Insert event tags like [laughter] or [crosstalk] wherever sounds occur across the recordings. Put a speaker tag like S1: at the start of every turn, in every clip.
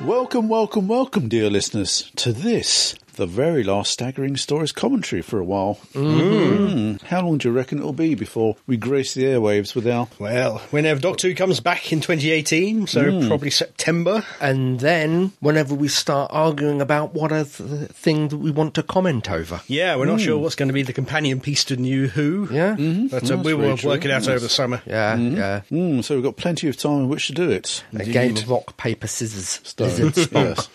S1: Welcome, welcome, welcome, dear listeners, to this, the very last Staggering Stories commentary for a while. Mm. How long do you reckon it'll be before we grace the airwaves with our.
S2: Well, whenever Doctor Who comes back in 2018, so probably September.
S3: And then, whenever we start arguing about what a th- thing that we want to comment over.
S2: Yeah, we're not sure what's going to be the companion piece to New Who.
S3: Yeah?
S2: Hmm.
S1: Mm-hmm.
S2: But uh, we
S1: very
S2: will
S1: true.
S2: work it out over the summer.
S3: Yeah, yeah.
S1: Mm, so we've got plenty of time in which to do it.
S3: A game of rock, paper, scissors.
S1: Stone. [laughs]
S3: Lizard, Spock.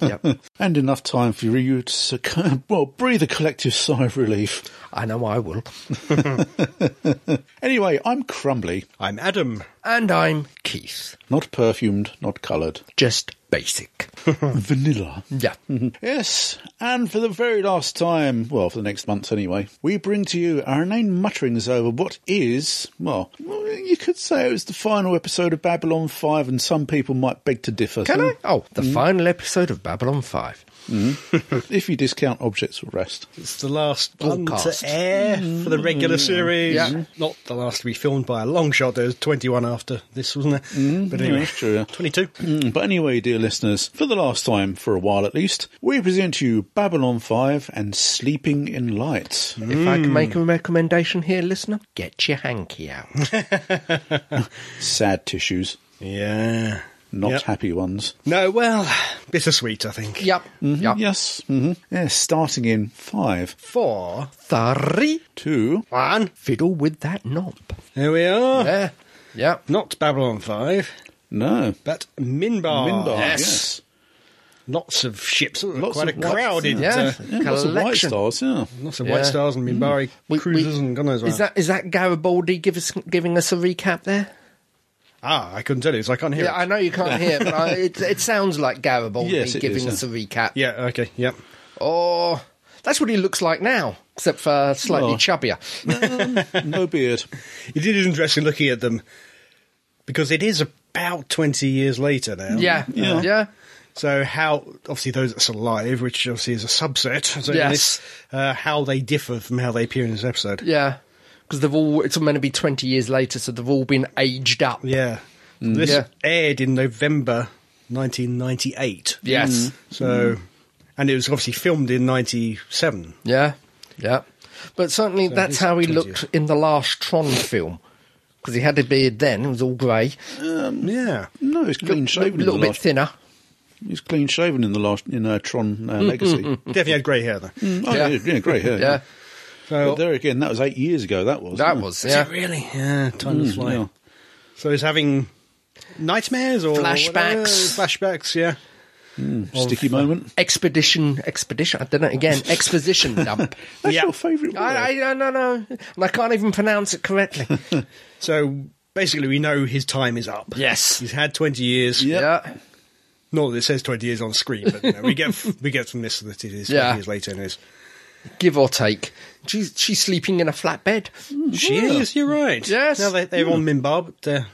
S3: Yep.
S1: And enough time for you to, succumb- [laughs] well, breathe a collective sigh of relief.
S3: I know I will.
S1: [laughs] Anyway, I'm crumbly,
S2: I'm Adam.
S3: And I'm Keith.
S1: not perfumed, not coloured.
S3: Just basic.
S1: Vanilla.
S3: yeah.
S1: Mm-hmm. Yes, and for the very last time, well, for the next month anyway, we bring to you our inane mutterings over what is, well, you could say it was the final episode of Babylon 5, and some people might beg to differ.
S3: Can I? Oh, the
S1: Mm-hmm.
S3: final episode of Babylon 5.
S1: [laughs] If you discount objects or rest.
S2: It's the last one to
S3: Broadcast.
S2: air for the regular series.
S3: Yeah.
S2: Not the last to be filmed by a long shot. There was 21 after this, wasn't there? But
S1: Yeah,
S2: anyway,
S1: that's true.
S2: 22.
S1: Mm, But anyway, dear listeners, for the last time, for a while at least, we present to you Babylon 5 and Sleeping in Light.
S3: If I can
S1: Mm.
S3: make a recommendation here, listener, get your hanky out.
S1: [laughs] Sad tissues,
S2: Yeah.
S1: not
S2: Yep.
S1: happy ones.
S2: No, well, bittersweet, I think.
S3: yep. Yep.
S1: Yes. hmm Yes, starting in five,
S2: Four.
S3: Three.
S1: two,
S2: One.
S3: Fiddle with
S1: [laughs]
S3: that knob.
S2: Here we are.
S3: Yeah. Yep.
S2: Not Babylon 5,
S1: no.
S2: but Minbar.
S1: Minbar,
S2: Yes.
S1: Oh, yes.
S2: Lots of ships. Ooh,
S1: Lots
S2: quite
S1: of
S2: a
S1: white-
S2: crowded.
S3: Yeah.
S2: Uh,
S1: Yeah, lots of white
S3: Collection.
S1: stars,
S3: [laughs]
S1: yeah.
S2: lots of
S3: Yeah. Mm.
S2: white stars and Minbari
S3: We-
S2: cruisers
S3: we-
S2: and God knows what.
S3: Is that is that Garibaldi give us, giving us a recap there?
S2: Ah, I couldn't tell you, so I can't hear
S3: Yeah,
S2: it.
S3: I know you can't hear, it, but I, it, it sounds like Garibaldi
S1: Yes, it
S3: giving
S1: is, yeah.
S3: us a recap.
S2: Yeah, okay, yeah.
S3: Or that's what he looks like now, except for slightly
S1: Oh.
S3: chubbier.
S1: no beard.
S2: It is interesting looking at them because it is about 20 years later now.
S3: Yeah,
S1: Yeah.
S3: yeah,
S2: So, how, obviously, those that's alive, which obviously is a subset, so
S3: Yes.
S2: this, uh, how they differ from how they appear in this episode.
S3: yeah. Because they've all, it's meant to be 20 years later, so they've all been aged up.
S2: Yeah. This
S3: Mm. Yeah.
S2: aired in November 1998.
S3: Yes.
S2: So, and it was obviously filmed in 97.
S3: Yeah, yeah. But certainly that's
S2: he's
S3: how he
S2: 20.
S3: looked in the last Tron film. Because he had a beard then, it was all grey.
S2: Yeah.
S1: No, he's clean
S3: A
S1: shaven.
S3: little
S1: in the
S3: bit
S1: last,
S3: thinner.
S1: He's clean shaven in the last in uh, Tron uh, Legacy.
S2: Definitely had grey hair, though.
S1: Oh, yeah.
S3: Mm-hmm. Yeah.
S1: yeah, great hair.
S3: Yeah,
S2: So,
S1: But there again, that was eight years ago. That was
S3: that
S1: yeah.
S3: was,
S2: Is it
S3: yeah.
S2: really? Mm, Yeah, time to fly.
S1: yeah.
S2: So he's having nightmares or
S3: Flashbacks.
S2: whatever? Flashbacks, yeah.
S1: sticky
S3: uh,
S1: moment.
S3: Expedition, expedition. I don't
S2: [laughs]
S3: know again. Exposition dump.
S1: That's
S2: Yeah.
S1: your favourite. word.
S3: I, I, I don't know, and I can't even pronounce it correctly.
S2: [laughs] So basically, we know his time is up.
S3: yes.
S2: He's had 20 years.
S1: Yeah.
S3: Yeah.
S2: Not that it says 20 years on screen, but you know, we get [laughs] we get from this that it is 20
S3: Yeah.
S2: years later. And it is.
S3: Give or take. She's she's sleeping in a flat bed.
S2: Mm, She is, you're right.
S3: Yes.
S2: Now they, they're on Minbar, but uh,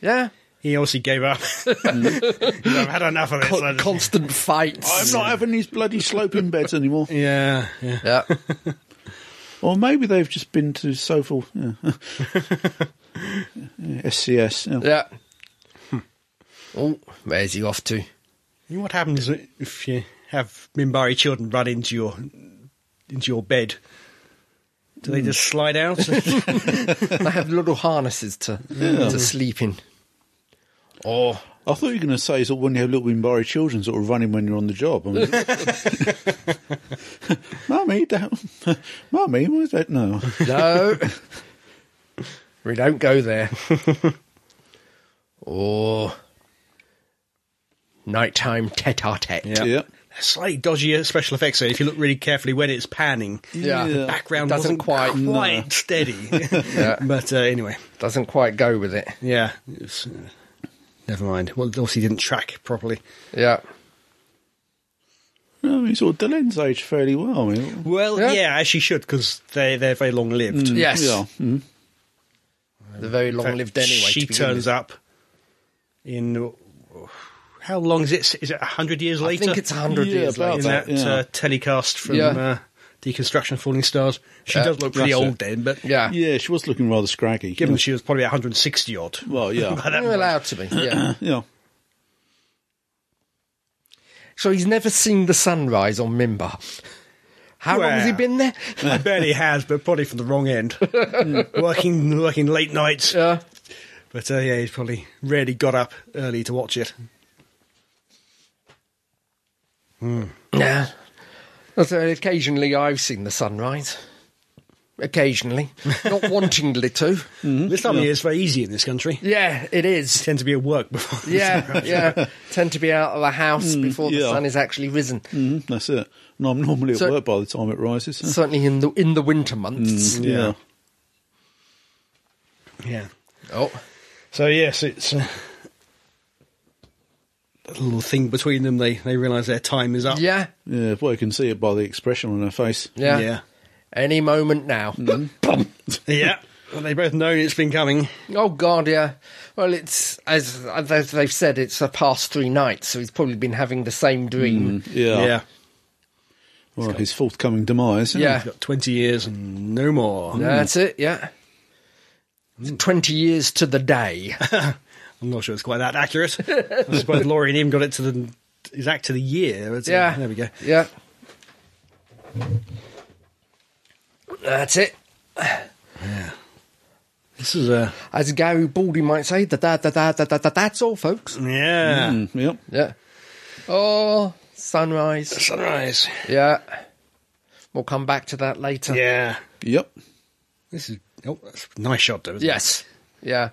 S3: Yeah.
S2: he obviously gave [laughs] up. I've had enough of this. I
S3: Con-
S2: just-
S3: constant
S1: I'm
S3: fights.
S1: not having these bloody sloping beds
S3: [laughs]
S1: anymore.
S2: yeah, yeah.
S3: Yeah.
S1: Or maybe they've just been to Soulful.
S3: [laughs]
S1: Yeah. [laughs] Yeah, SCS. Yeah.
S3: Yeah. [laughs] Oh, where's he
S2: [laughs]
S3: off to?
S2: You know What happens if you have Mimbari children run into your into your bed? Do they just slide out? [laughs]
S3: They have little harnesses to to sleep in. Oh,
S1: I thought you were going to say sort of when you have little Wimbari children sort of running when you're on the job. I mean- [laughs] Mummy, don't. [laughs] Mummy, why is that? No.
S3: No. [laughs] we don't go there. [laughs] or nighttime tete a tete.
S2: Yeah.
S1: Yeah.
S2: Slightly dodgy uh, special effects there. If you look really carefully, when it's panning,
S3: Yeah.
S2: the background
S3: It
S2: wasn't
S3: doesn't quite- no.
S2: quite
S3: [laughs]
S2: steady. [laughs] But uh, anyway,
S3: Doesn't quite go with it.
S2: yeah, it's, uh, never mind. Well, obviously didn't track properly.
S3: Yeah.
S1: I mean, sort of Delenn's aged fairly well. I mean,
S2: Well,
S3: Yeah.
S2: yeah, as she should because they they're very long lived.
S3: Yes.
S1: yeah. Mm.
S3: They're very long lived anyway.
S2: She
S3: to begin
S2: turns
S3: with.
S2: up in oh, how long is it? Is it hundred years
S3: I
S2: later?
S3: think it's 100
S1: Yeah,
S3: years
S1: about
S3: later.
S2: in
S1: that,
S2: that,
S1: yeah.
S2: uh, telecast from
S3: Yeah.
S2: uh, Deconstruction of Falling Stars. She
S3: Yeah,
S2: does look pretty
S1: that's
S2: old
S1: it.
S2: then, but
S3: Yeah.
S1: Mm. Yeah, she was looking rather scraggy.
S2: given
S1: yeah.
S2: she was probably 160 odd.
S1: [laughs]
S2: [laughs]
S1: Well, yeah.
S2: by that [clears throat]
S3: You're
S2: point.
S3: allowed to be. Yeah.
S1: yeah.
S3: So he's never seen the sunrise on Mimbar. How long has he
S2: Wow.
S3: been there?
S2: I bet he has, but probably from the wrong end. working working late nights.
S3: Uh,
S2: But uh, yeah, he's probably rarely got up early to watch it.
S3: yeah. So occasionally I've seen the sunrise. Occasionally.
S2: [laughs]
S3: Not wantingly to.
S2: This time of year is very easy in this country.
S3: Yeah, it is.
S2: Tend to be at work before.
S1: [laughs]
S3: Yeah, yeah. Tend to be out of the house before the
S1: Mm, yeah.
S3: sun is actually risen.
S1: Mm, that's it. And I'm normally at
S3: So-
S1: work by the time it rises.
S3: Certainly in the in the winter months.
S1: yeah.
S2: [laughs] yeah.
S3: Oh.
S2: So yes, it's uh, a little thing between them. They they realise their time is up.
S3: Yeah.
S1: Yeah, well, you can see it by the expression on her face.
S3: Yeah.
S2: yeah,
S3: Any moment now.
S1: Mm.
S2: yeah. Well, they both know it's been coming.
S3: Oh God, yeah. Well, it's as as they've said, it's the past three nights, so he's probably been having the same dream.
S1: Yeah. Well, his forthcoming demise. isn't
S3: Yeah.
S2: He's got twenty years and no more.
S3: That's it. Yeah.
S1: Mm.
S3: Twenty years to
S1: [laughs]
S3: the day.
S2: I'm not sure it's quite that accurate. I
S3: [laughs]
S2: suppose Laurie and him got it to the exact to the year. It's, uh,
S3: yeah.
S2: there we go.
S3: Yeah. That's it.
S2: This is a
S3: As Gary Baldy might say, da da da da da da. da That's all, folks.
S2: yeah
S1: it? Mm, yep.
S3: Yeah. Oh, sunrise.
S2: sunrise.
S3: Yeah. We'll come back to that later.
S2: Yeah,
S1: Yep.
S2: this is oh, that's a nice shot though. Isn't it?
S3: Yes. Yeah.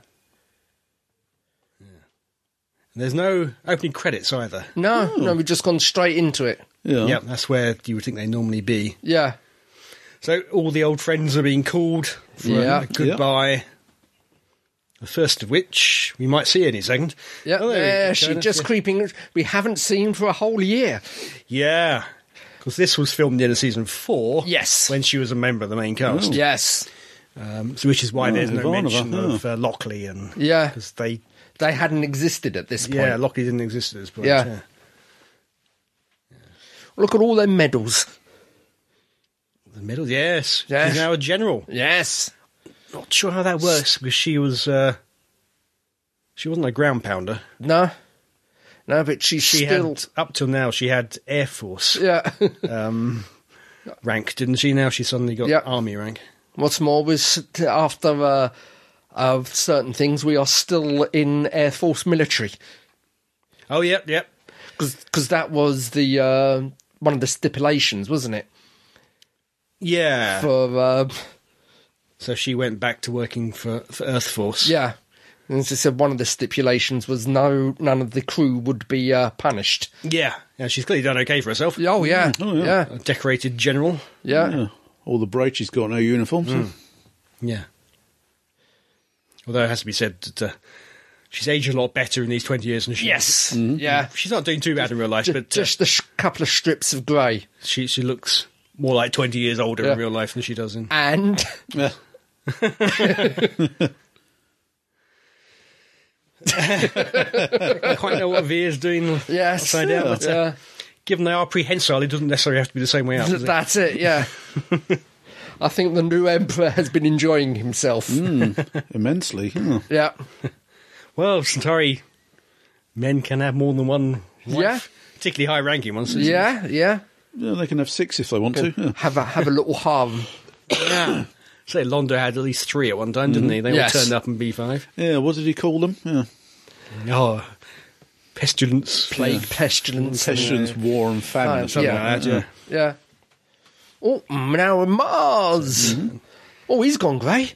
S2: There's no opening credits either.
S3: No, no, we've just gone straight into it.
S1: Yeah.
S2: Yep, that's where you would think they normally be.
S3: Yeah.
S2: So all the old friends are being called for a-
S3: Yeah.
S2: a goodbye. The first of which we might see any second.
S3: Yeah,
S2: Oh, there we
S3: there
S2: go.
S3: she
S2: That's-
S3: just creeping. We haven't seen for a whole year.
S2: yeah, because this was filmed in a season four.
S3: Yes.
S2: when she was a member of the main cast.
S3: Yes,
S2: Um, so which is why
S1: Oh,
S2: there's no
S1: Ivanova,
S2: mention
S1: huh.
S2: of uh, Lockley and
S3: Yeah.
S2: because they
S3: they hadn't existed at this point.
S2: yeah Lockley didn't exist at this point.
S3: Yeah. Look at all their medals.
S2: the middle. Yes,
S3: Yes.
S2: she's now a general.
S3: Yes,
S2: Not sure how that works because she was uh, she wasn't a ground pounder.
S3: no, no, but she's
S2: She
S3: still.
S2: had up till now she had air force.
S3: Yeah. [laughs]
S2: um, rank, didn't she? Now she suddenly got
S3: Yep.
S2: army rank.
S3: What's more, was after uh, of certain things, we are still in Air Force military
S2: Oh, yep, yep.
S3: because that was the uh, one of the stipulations, wasn't it?
S2: Yeah.
S3: For uh,
S2: so she went back to working for, for Earth Force.
S3: Yeah. And as I said, one of the stipulations was no, none of the crew would be uh, punished.
S2: Yeah. Yeah, she's clearly done okay for herself.
S3: Oh yeah,
S1: yeah.
S3: yeah,
S2: A decorated general.
S3: yeah,
S1: Yeah. [clears throat] All the braid she's got in her uniform. so-
S2: Yeah. Although it has to be said that uh, she's aged a lot better in these 20 years than she Mm.
S3: yes, yeah.
S2: She's not doing too bad in real life,
S3: Ju-
S2: but uh,
S3: just the sh- couple of strips of grey,
S2: she, she looks more like 20 years older
S3: Yeah.
S2: in real life than she does
S3: [laughs]
S2: in.
S3: and
S1: [laughs] Yeah.
S2: I don't quite know what V is doing.
S3: yes,
S2: Upside down, but, uh,
S3: yeah.
S2: Given they are prehensile, it doesn't necessarily have to be the same way out. does it?
S3: that's it. Yeah, I think the new emperor has been enjoying himself.
S1: Immensely. yeah.
S3: Yeah,
S2: Well, Centauri men can have more than one wife,
S3: Yeah.
S2: particularly high ranking ones. isn't it?
S3: yeah, yeah.
S1: Yeah, they can have six if they want to. Yeah.
S3: Have a have a little hum.
S2: Say Londo had at least three at one time, didn't he? They
S3: Mm-hmm. Yes.
S2: all turned up in B5.
S1: Yeah, what did he call them? Yeah.
S2: Oh, pestilence.
S3: plague, pestilence, and- uh,
S1: Pestilence, war,
S2: [laughs]
S1: and famine.
S3: Fine,
S1: or something
S3: yeah. Mm-hmm.
S1: like that. Yeah.
S3: Yeah. Oh, now we're Mars. Oh, he's gone grey.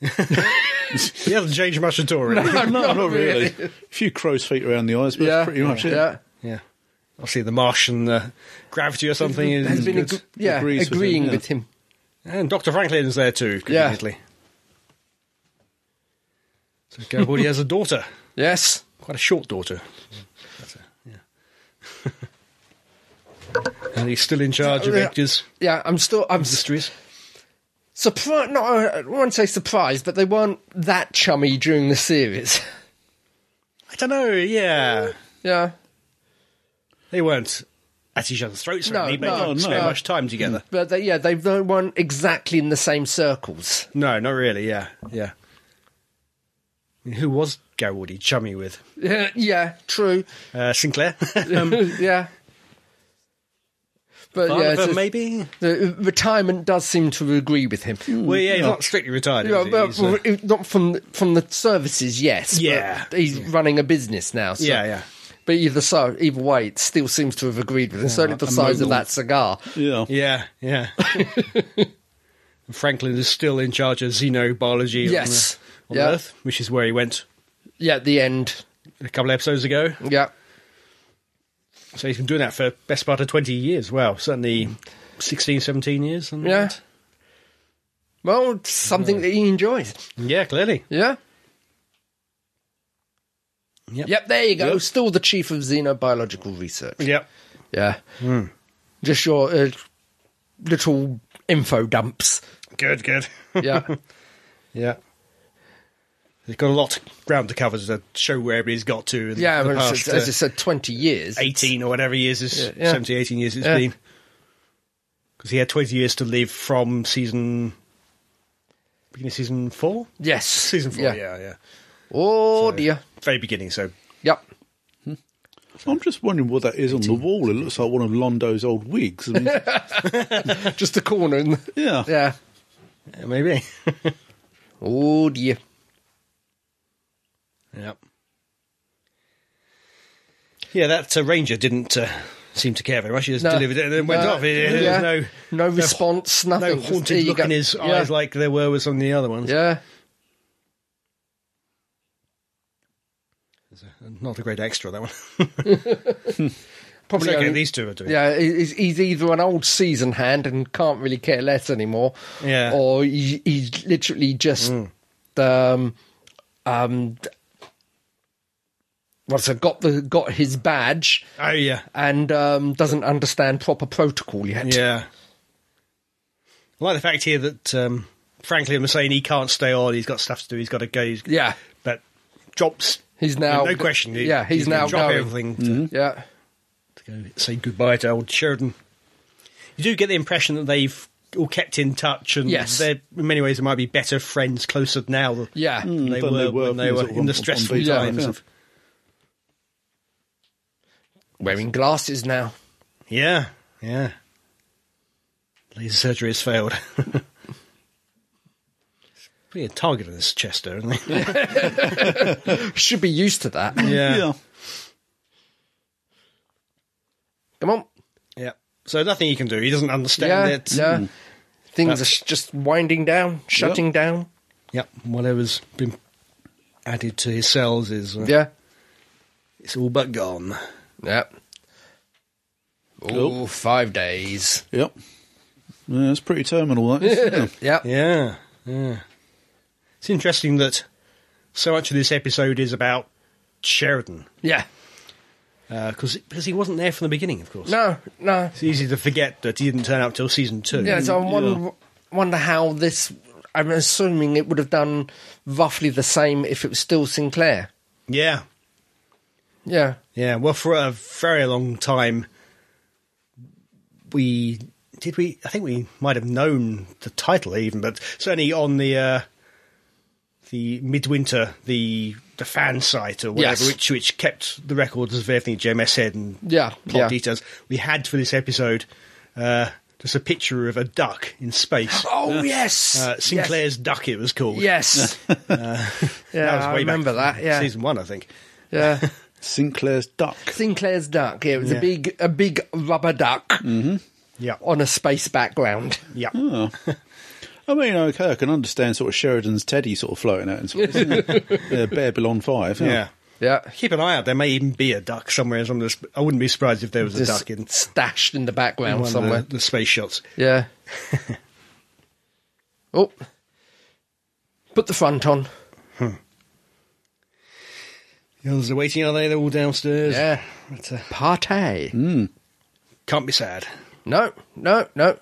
S2: He hasn't changed much at all, really.
S1: No,
S3: Not
S1: not, really.
S3: really.
S1: A few crow's feet around the eyes, but that's pretty much it.
S3: Yeah.
S2: Yeah. Obviously, the Martian uh, gravity or something is.
S3: Has been
S2: good.
S3: ag- yeah,
S1: Agrees with
S3: agreeing
S1: him, yeah.
S3: with him.
S2: and Dr. Franklin's there too,
S3: Yeah.
S2: conveniently. So Garibaldi has a daughter,
S3: Yes.
S2: quite a short daughter. That's a- yeah. [laughs] and he's still in charge of
S3: Yeah.
S2: Edgar's.
S3: Yeah, I'm still. I'm
S2: mysteries.
S3: surprised. No, I won't say surprised, but they weren't that chummy during the series. [laughs]
S2: I don't know. Yeah,
S3: yeah.
S2: they weren't at each other's throats.
S3: No,
S2: No, but
S3: no,
S2: they didn't spend
S1: no.
S2: much time together.
S3: But they, yeah, they they weren't exactly in the same circles. [laughs]
S2: No, not really. Yeah, yeah. I mean, who was Garibaldi chummy with?
S3: Yeah, yeah true.
S2: [laughs]
S1: [laughs]
S3: Um,
S2: Uh, Sinclair.
S3: [laughs] yeah, But yeah,
S2: Barnabas,
S3: it's- Mm,
S2: maybe.
S3: the retirement does seem to agree with him.
S1: Hmm.
S2: Well, yeah, he's not strictly retired.
S3: Yeah,
S2: is he?
S3: but
S2: He's, uh,
S3: it- not from from the services, yes. but
S2: Yeah.
S3: he's running a business now.
S2: [laughs]
S3: So.
S2: yeah, yeah,
S3: But either so, either way, it still seems to have agreed with him. certainly the size of
S1: mogul.
S3: that cigar.
S1: Yeah.
S2: yeah, yeah. [laughs] Franklin is still in charge of xenobiology on the-
S3: Yes.
S2: on,
S3: Yeah.
S2: Earth, which is where he went
S3: Yeah, at the end.
S2: a couple of episodes ago.
S3: Yeah,
S2: So he's been doing that for best part of 20 years. Wow, certainly 16, 17 years. something
S3: yeah.
S2: like that.
S3: Well, it's something that he enjoys.
S2: Yeah, clearly.
S3: Yeah.
S2: Yep.
S3: Yep, there you go.
S2: Yep. Hmm.
S3: Still the chief of xenobiological research.
S2: Yep.
S3: Yeah. Just your uh, little info dumps.
S2: Good, good. [laughs]
S3: Yeah.
S2: yeah. They've got a lot of ground to cover to show where everybody's got to. In
S3: yeah,
S2: the
S3: well, it's-
S2: past,
S3: it's- as
S2: uh,
S3: I said, 20 years.
S2: 18 or whatever years, it's
S3: Yeah, yeah.
S2: 17, 18 years it's
S3: Yeah.
S2: been. Because he had 20 years to live from season. Beginning of season four?
S3: Yes.
S2: Season four, yeah, yeah.
S3: Oh, dear.
S2: Very beginning, so.
S3: Yep.
S1: I'm just wondering what that is on the wall. It looks like one of Londo's old wigs. I mean,
S3: Just the corner. In the-
S1: yeah.
S3: yeah.
S2: Yeah, maybe.
S3: Oh, dear.
S2: Yep. Yeah, that uh, ranger didn't uh, seem to care very much. He just
S3: No.
S2: delivered it and then went
S3: No.
S2: off. There was
S3: Uh, Yeah.
S2: no,
S3: No response, nothing.
S2: no
S3: Just- there
S2: haunted
S3: you
S2: look
S3: go.
S2: in his
S3: Yeah.
S2: eyes like there were with some of the other ones.
S3: Yeah.
S2: Not a great extra, that one. It's
S3: Probably
S2: okay,
S3: only-
S2: these two are doing
S3: Yeah, he's, he's either an old season hand and can't really care less anymore,
S2: Yeah.
S3: or he, he's literally just um, um, well, so got the got his badge
S2: Oh, yeah.
S3: and um, doesn't understand proper protocol yet.
S2: Yeah. I like the fact here that um, Franklin was saying he can't stay on, he's got stuff to do, he's got to go. He's,
S3: yeah,
S2: But drops,
S3: he's now
S2: no question. he-
S3: yeah, he's,
S2: gonna
S3: now
S2: drop
S3: going.
S2: everything to,
S3: Yeah,
S2: to go say goodbye to old Sheridan. You do get the impression that they've all kept in touch, and
S3: Yes.
S2: they're in many ways they might be better friends closer now than
S3: yeah,
S2: they,
S1: than
S2: were,
S1: they were
S2: when they
S1: from
S2: were
S1: sort of
S2: in the
S1: on- on
S2: stressful
S1: beta,
S2: times.
S1: yeah.
S2: Of,
S3: wearing glasses now.
S2: yeah, yeah. Laser surgery has failed. [laughs] Pretty a target on this Chester, isn't he? [laughs]
S3: Should be used to that.
S2: Hmm.
S1: Yeah.
S3: Come on,
S2: Yeah. So nothing he can do. He doesn't understand
S3: yeah,
S2: it. Hmm.
S3: yeah. Things
S2: That's-
S3: are sh- just winding down, shutting down.
S2: Yep. Whatever's been added to his cells is uh,
S3: Yeah.
S2: it's all but gone.
S3: Yep. Ooh,
S1: Cool.
S3: five days.
S1: Yep. Yeah, that's pretty terminal, that is. Yeah.
S3: [laughs] Yep.
S2: Yeah. Yeah. It's interesting that so much of this episode is about Sheridan uh,
S3: Yeah.
S2: because because he wasn't there from the beginning, of course.
S3: No, no.
S2: It's easy to forget that he didn't turn up till season two.
S3: Yeah, so I wonder, wonder how this. I'm assuming it would have done roughly the same if it was still Sinclair.
S2: Yeah.
S3: Yeah.
S2: Yeah, well, for a very long time, we did we. I think we might have known the title even, but certainly on the uh, the midwinter, the the fan site or whatever,
S3: Yes.
S2: which which kept the records of everything JMS said and
S3: Yeah,
S2: plot
S3: yeah.
S2: details. We had for this episode uh, just a picture of a duck in space.
S3: Oh, yes.
S2: Uh, Sinclair's duck, it was called.
S3: Yes.
S2: [laughs]
S3: yeah,
S2: that was way
S3: I
S2: back
S3: remember that. Yeah.
S2: season one, I think.
S3: Yeah.
S1: Sinclair's duck.
S3: Sinclair's duck. Yeah, it was
S2: Yeah. Mm.
S3: a big, a big rubber duck
S2: Yeah,
S3: on a space background.
S2: yeah.
S1: Oh. I mean, okay, I can understand sort of Sheridan's teddy sort of floating out in space. yeah, Bear Belong 5.
S2: yeah.
S3: Yeah.
S2: Keep an eye out. There may even be a duck somewhere. Some of the sp- I wouldn't be surprised if there was a
S3: Just
S2: duck in
S3: stashed in the background
S2: one
S3: somewhere.
S2: of the, the space shots.
S3: Yeah. [laughs] oh. Put the front on.
S2: The others are waiting, are they? They're all downstairs.
S3: Yeah.
S2: But, uh,
S3: Partey.
S2: can't be sad.
S3: No, no, no.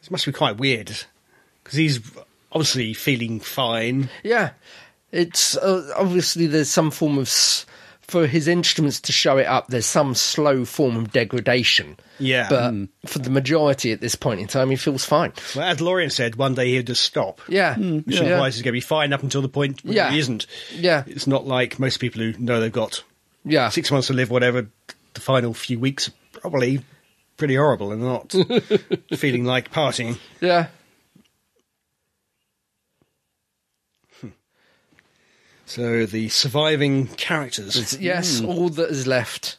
S2: This must be quite weird because he's obviously feeling fine.
S3: Yeah. It's uh, obviously there's some form of. S- for his instruments to show it up, there's some slow form of degradation.
S2: Yeah. Hmm.
S3: But for the majority at this point in time, he feels fine.
S2: Well, as Lorian said, one day he'll just stop.
S3: Yeah. Mm,
S2: Which
S3: yeah.
S2: implies he's going to be fine up until the point where
S3: Yeah.
S2: he isn't.
S3: Yeah.
S2: It's not like most people who know they've got
S3: Yeah.
S2: six months to live, whatever. The final few weeks are probably pretty horrible and
S3: [laughs]
S2: not feeling like partying.
S3: Yeah.
S2: So the surviving characters,
S3: Yes, all that is left.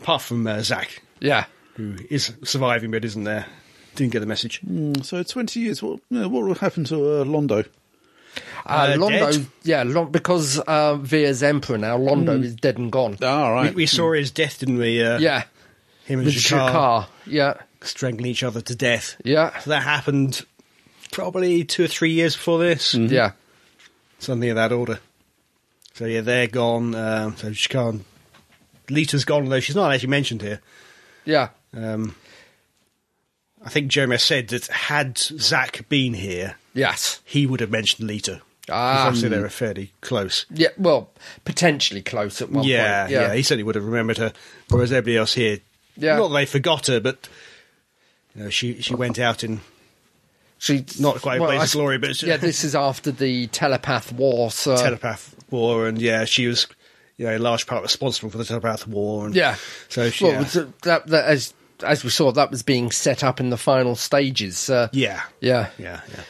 S2: apart from uh, Zach,
S3: Yeah.
S2: who is surviving but isn't there, didn't get the message.
S1: So twenty years. What you know, what will happen to uh, Londo?
S3: Uh,
S2: Uh,
S3: Londo,
S2: dead? Hmm.
S3: yeah, Lon- because uh, Via's emperor now, Londo is dead and gone.
S1: Ah, all
S2: We,
S1: right.
S2: we saw his death, didn't we? Uh,
S3: yeah,
S2: him and
S3: the
S2: Jakar,
S3: Jakar. Yeah,
S2: strangling each other to death.
S3: yeah,
S2: So that happened probably two or three years before this,
S3: yeah,
S2: something of that order. So yeah, they're gone. Um, so Shikan, Lita's gone, though she's not actually mentioned here.
S3: yeah,
S2: Um, I think Jeremy said that had Zach been here,
S3: yes.
S2: he would have mentioned Lita. 'Cause
S3: Ah.
S2: obviously they were fairly close.
S3: Yeah, well, potentially close at one
S2: Yeah,
S3: point.
S2: yeah, he certainly would have remembered her. Whereas everybody else here,
S3: Yeah.
S2: not that they forgot her, but you know, she she went out in
S3: She,
S2: not quite a
S3: well,
S2: blaze
S3: I
S2: of
S3: s-
S2: glory, but
S3: yeah, this is after the telepath war, so
S2: telepath war, and yeah, she was you know in large part responsible for the telepath war. And
S3: yeah.
S2: so she,
S3: well,
S2: yeah.
S3: th- that, that as as we saw, that was being set up in the final stages. Uh,
S2: yeah,
S3: yeah,
S2: yeah, yeah.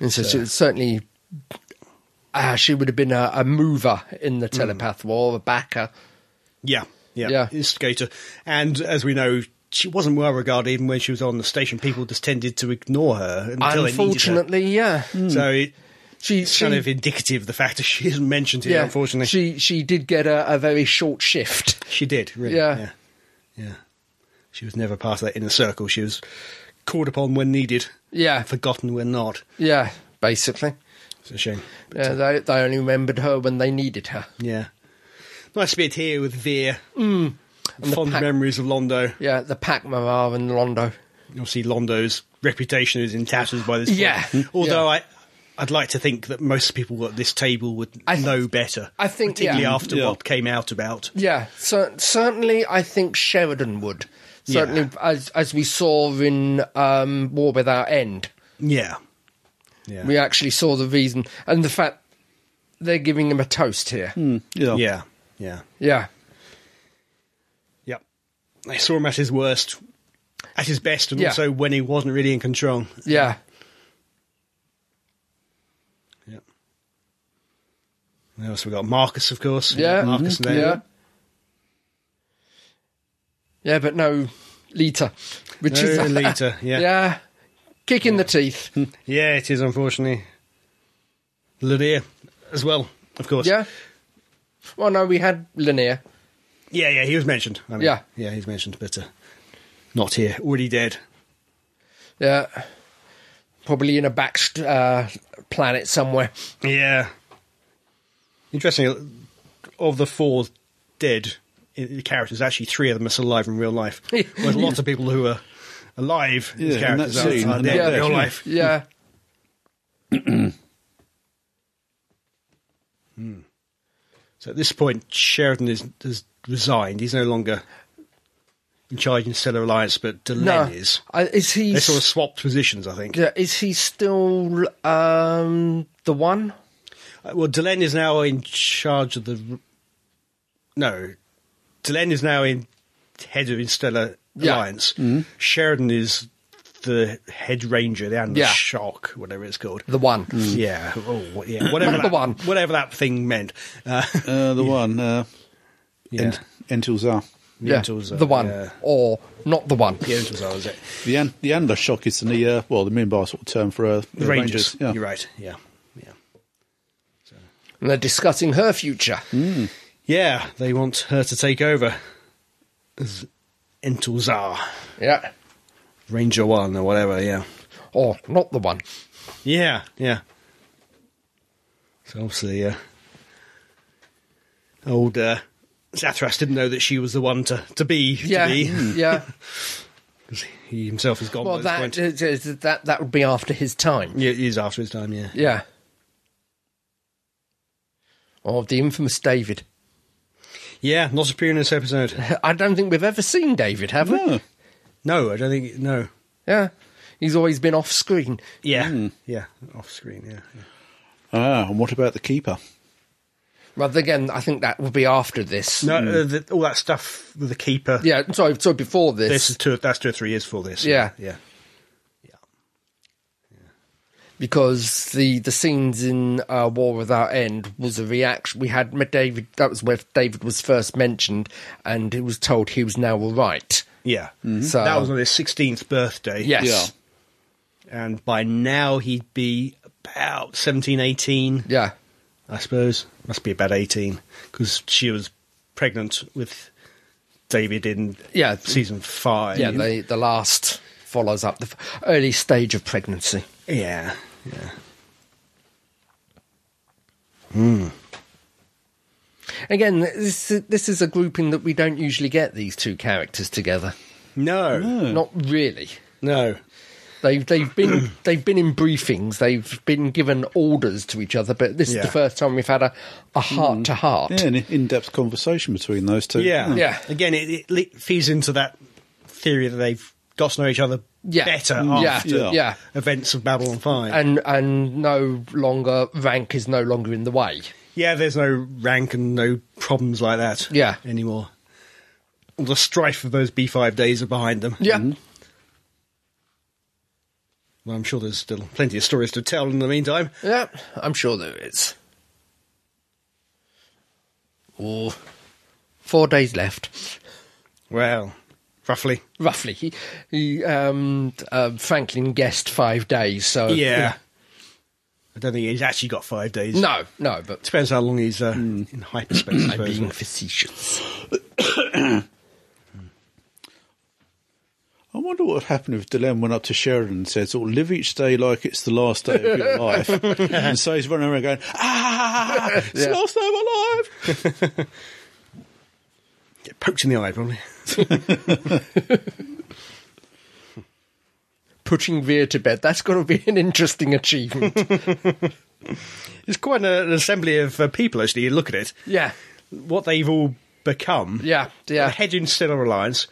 S3: And so, so certainly, uh, she would have been a, a mover in
S2: Hmm.
S3: the telepath war, a backer.
S2: Yeah, yeah,
S3: Yeah.
S2: instigator. And as we know, she wasn't well regarded even when she was on the station. People just tended to ignore her until they
S3: Unfortunately, yeah,
S2: needed her. So it-
S3: she,
S2: it's
S3: she
S2: kind of indicative of the fact that she isn't mentioned here.
S3: yeah,
S2: unfortunately, she,
S3: she she did get a, a very short shift.
S2: did. Really,
S3: Yeah.
S2: yeah, yeah. She was never part of that inner circle. She was called upon when needed,
S3: Yeah,
S2: forgotten when not.
S3: yeah, basically.
S2: It's a shame.
S3: Yeah,
S2: uh,
S3: they they only remembered her when they needed her.
S2: Yeah. Nice bit here with Veer.
S3: Mm. the
S2: Fond
S3: pack-
S2: memories of Londo.
S3: Yeah, the Pac Marar and Londo.
S2: Obviously, Londo's reputation is in tatters by this point.
S3: Yeah.
S2: [laughs] Although
S3: Yeah.
S2: I, I'd like to think that most people at this table would
S3: I-
S2: know better.
S3: I think, yeah.
S2: particularly after
S1: Yeah.
S2: what came out about.
S3: Yeah, so certainly I think Sheridan would.
S2: Yeah.
S3: Certainly, as as we saw in um, War Without End,
S2: Yeah. Yeah.
S3: we actually saw the reason and the fact they're giving him a toast here.
S2: Hmm.
S1: yeah.
S2: Yeah. Yeah.
S3: Yeah,
S2: Yep. I saw him at his worst, at his best, and
S3: Yeah.
S2: also when he wasn't really in control.
S3: yeah,
S2: Yep. What else we got? Marcus, of course.
S3: yeah,
S2: Marcus
S3: mhm,
S2: there.
S3: yeah, yeah, but no Lita, which is [laughs]
S2: No, Lita, yeah. Hmm.
S3: yeah, kick in the teeth.
S2: Yeah, it is unfortunately. Lanier as well, of course.
S3: yeah. Well, no, we had Lanier.
S2: yeah, yeah. He was mentioned. I mean,
S3: Yeah.
S2: yeah, he's mentioned, but uh, not here. Already dead.
S3: Yeah, probably in a back uh, planet somewhere.
S2: Yeah. Interestingly, of the four dead i- characters, actually three of them are still alive in real
S3: [laughs]
S2: life. There's lots of people who are alive
S1: Yeah,
S2: as
S1: and
S2: characters
S1: that's
S2: are,
S1: seen,
S2: are
S1: and
S2: dead
S3: they're
S2: in real
S1: dead,
S2: life.
S3: [laughs] Yeah.
S2: So at this point, Sheridan is has resigned. He's no longer in charge in Stellar Alliance, but Delenn
S3: No,
S2: is.
S3: I- is he?
S2: They sort of swapped positions, I think.
S3: yeah, Is he still um, the one?
S2: Uh, Well, Delenn is now in charge of the. No, Delenn is now in head of Interstellar
S3: Yeah.
S2: Alliance. Sheridan is the head ranger, the Amber
S3: Yeah.
S2: Shark, whatever it's called.
S3: The one.
S2: Yeah, oh, wha- yeah, whatever
S3: The
S2: that,
S3: one.
S2: whatever that thing meant. Uh,
S1: Uh,
S2: [laughs]
S1: the one. Uh,
S2: yeah.
S1: Ent- Entils are.
S3: Yeah,
S2: Mentals, uh,
S3: the one,
S2: yeah.
S3: or not the one.
S2: Yeah, Entals are, is it?
S1: The an- the Andler shock is the uh, well the Minbar sort of term for uh,
S2: The
S1: the
S2: Rangers.
S1: Yeah.
S2: You're right. Yeah, yeah,
S3: And they're discussing her future.
S2: Hmm. yeah. They want her to take over as Entulzar,
S3: Yeah,
S2: Ranger One, or whatever. Yeah.
S3: or not the one.
S2: Yeah, yeah. So obviously, uh, old uh, Zathras didn't know that she was the one to, to be.
S3: Yeah, Hmm.
S2: to be, [laughs]
S3: yeah.
S2: 'cause he himself is gone by
S3: well,
S2: this
S3: that,
S2: point.
S3: is- is- that that would be after his time.
S2: yeah, he is after his time. Yeah,
S3: Yeah. Or the infamous David.
S2: yeah. Not appearing in this episode.
S3: I don't think we've ever seen David, have we?
S1: Yeah.
S2: [laughs] No, I don't think. No.
S3: Yeah. He's always been off screen. Mm.
S2: Yeah, yeah. Off screen. Yeah. yeah.
S1: Ah, and what about the keeper?
S3: Well, again, I think that would be after this.
S2: No, uh, the, all that stuff with the keeper.
S3: Yeah, sorry, sorry, before this.
S2: This is two. That's two or three years before this.
S3: Yeah.
S2: yeah.
S3: because the the scenes in uh, War Without End was a reaction. We had met David. That was where David was first mentioned, and he was told he was now all right.
S2: Yeah.
S3: Mm-hmm. So-
S2: that was on his 16th birthday.
S3: Yes.
S2: And by now he'd be about 17, 18,
S3: Yeah.
S2: I suppose. Must be about 18 because she was pregnant with David in
S3: Yeah.
S2: season five.
S3: Yeah. The the last follows up the f- early stage of pregnancy.
S2: yeah. Yeah.
S3: Again, this this is a grouping that we don't usually get these two characters together.
S2: No.
S3: Not really.
S2: No.
S3: They've they've
S2: [clears throat]
S3: been they've been in briefings. They've been given orders to each other, but this is
S2: Yeah. Hmm.
S3: the first time we've had a a heart to heart.
S1: Yeah, an in-depth conversation between those two. Hmm.
S2: Yeah.
S3: Yeah.
S2: Again, it, it le- feeds into that theory that they've got to know each other
S3: Yeah.
S2: better
S3: Mm.
S2: after
S1: Yeah.
S3: Yeah.
S2: events of Babylon 5.
S3: and and no longer rank is no longer in the way.
S2: Yeah, there's no rank and no problems like that.
S3: Yeah.
S2: Anymore. All the strife of those B5 days are behind them.
S3: Yeah,
S1: Hmm.
S2: Well, I'm sure there's still plenty of stories to tell in the meantime.
S3: yeah, I'm sure there is. Or four days left,
S2: Well, roughly.
S3: roughly. He, he um, uh, Franklin guessed five days, so
S2: I don't think he's actually got five days.
S3: [laughs] No, Hmm. no, but
S2: Depends how long he's uh, in hyperspace, I
S3: I'm
S2: suppose.
S3: being facetious.
S1: I wonder what would happen if Delenn went up to Sheridan and said, sort of, live each day like it's the last day of
S3: [laughs]
S1: your life. and so he's running around going, ah, it's the
S3: Yeah.
S1: last day of my life.
S2: Get poked in the eye, probably.
S3: Putting Veer to bed, that's got to be an interesting achievement.
S2: [laughs] It's quite an, an assembly of uh, people, actually. You look at it.
S3: yeah,
S2: What they've all become.
S3: yeah,
S2: The
S3: yeah,
S2: head in Stellar Alliance,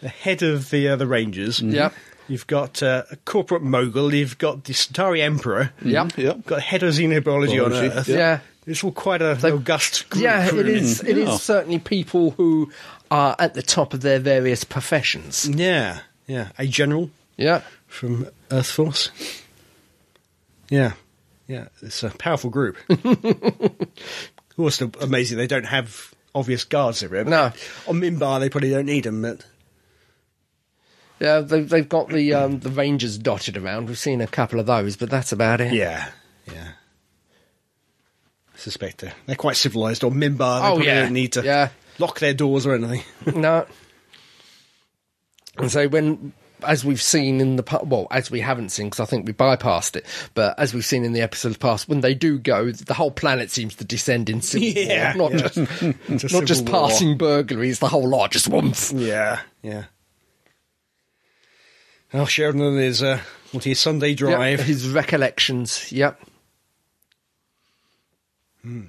S2: the head of the uh, the Rangers.
S3: Yeah.
S2: You've got uh, a corporate mogul. You've got the Sentari Emperor.
S3: yeah.
S1: Yep.
S2: You've got head of xenobiology on
S1: Biology,
S2: Earth.
S1: yeah.
S3: Mm-hmm. Yeah.
S2: It's all quite a august group.
S3: Yeah, it
S2: really.
S3: is. It
S2: Oh.
S1: Yeah.
S3: is certainly people who are at the top of their various
S2: Mm.
S3: professions.
S1: Hmm.
S2: Yeah, yeah. A general
S3: Yeah,
S2: from Earth Force. Yeah, yeah. It's a powerful group.
S3: [laughs]
S2: also amazing. They don't have obvious guards everywhere. but
S3: No.
S2: On Mimbar, they probably don't need them, but
S3: yeah. They, they've got the um, the Rangers dotted around. We've seen a couple of those, but that's about it.
S2: yeah, yeah. I suspect they're, they're quite civilized on Mimbar. They
S3: Oh,
S2: probably
S3: yeah.
S2: don't need to
S3: Yeah.
S2: lock their doors or
S3: [laughs]
S2: anything.
S3: No. And so when, as we've seen in the pa- well, as we haven't seen because I think we bypassed it, but as we've seen in the episodes past, when they do go, the whole planet seems to descend in civil
S2: Yeah,
S3: war,
S2: yeah. [laughs]
S3: not just
S2: It's a
S3: not just
S2: civil war.
S3: passing burglaries. The whole lot just whoomph.
S2: Yeah, yeah. Oh, Sheridan is uh, what his Sunday drive.
S3: Yep, his recollections. Yep.
S2: Hmm.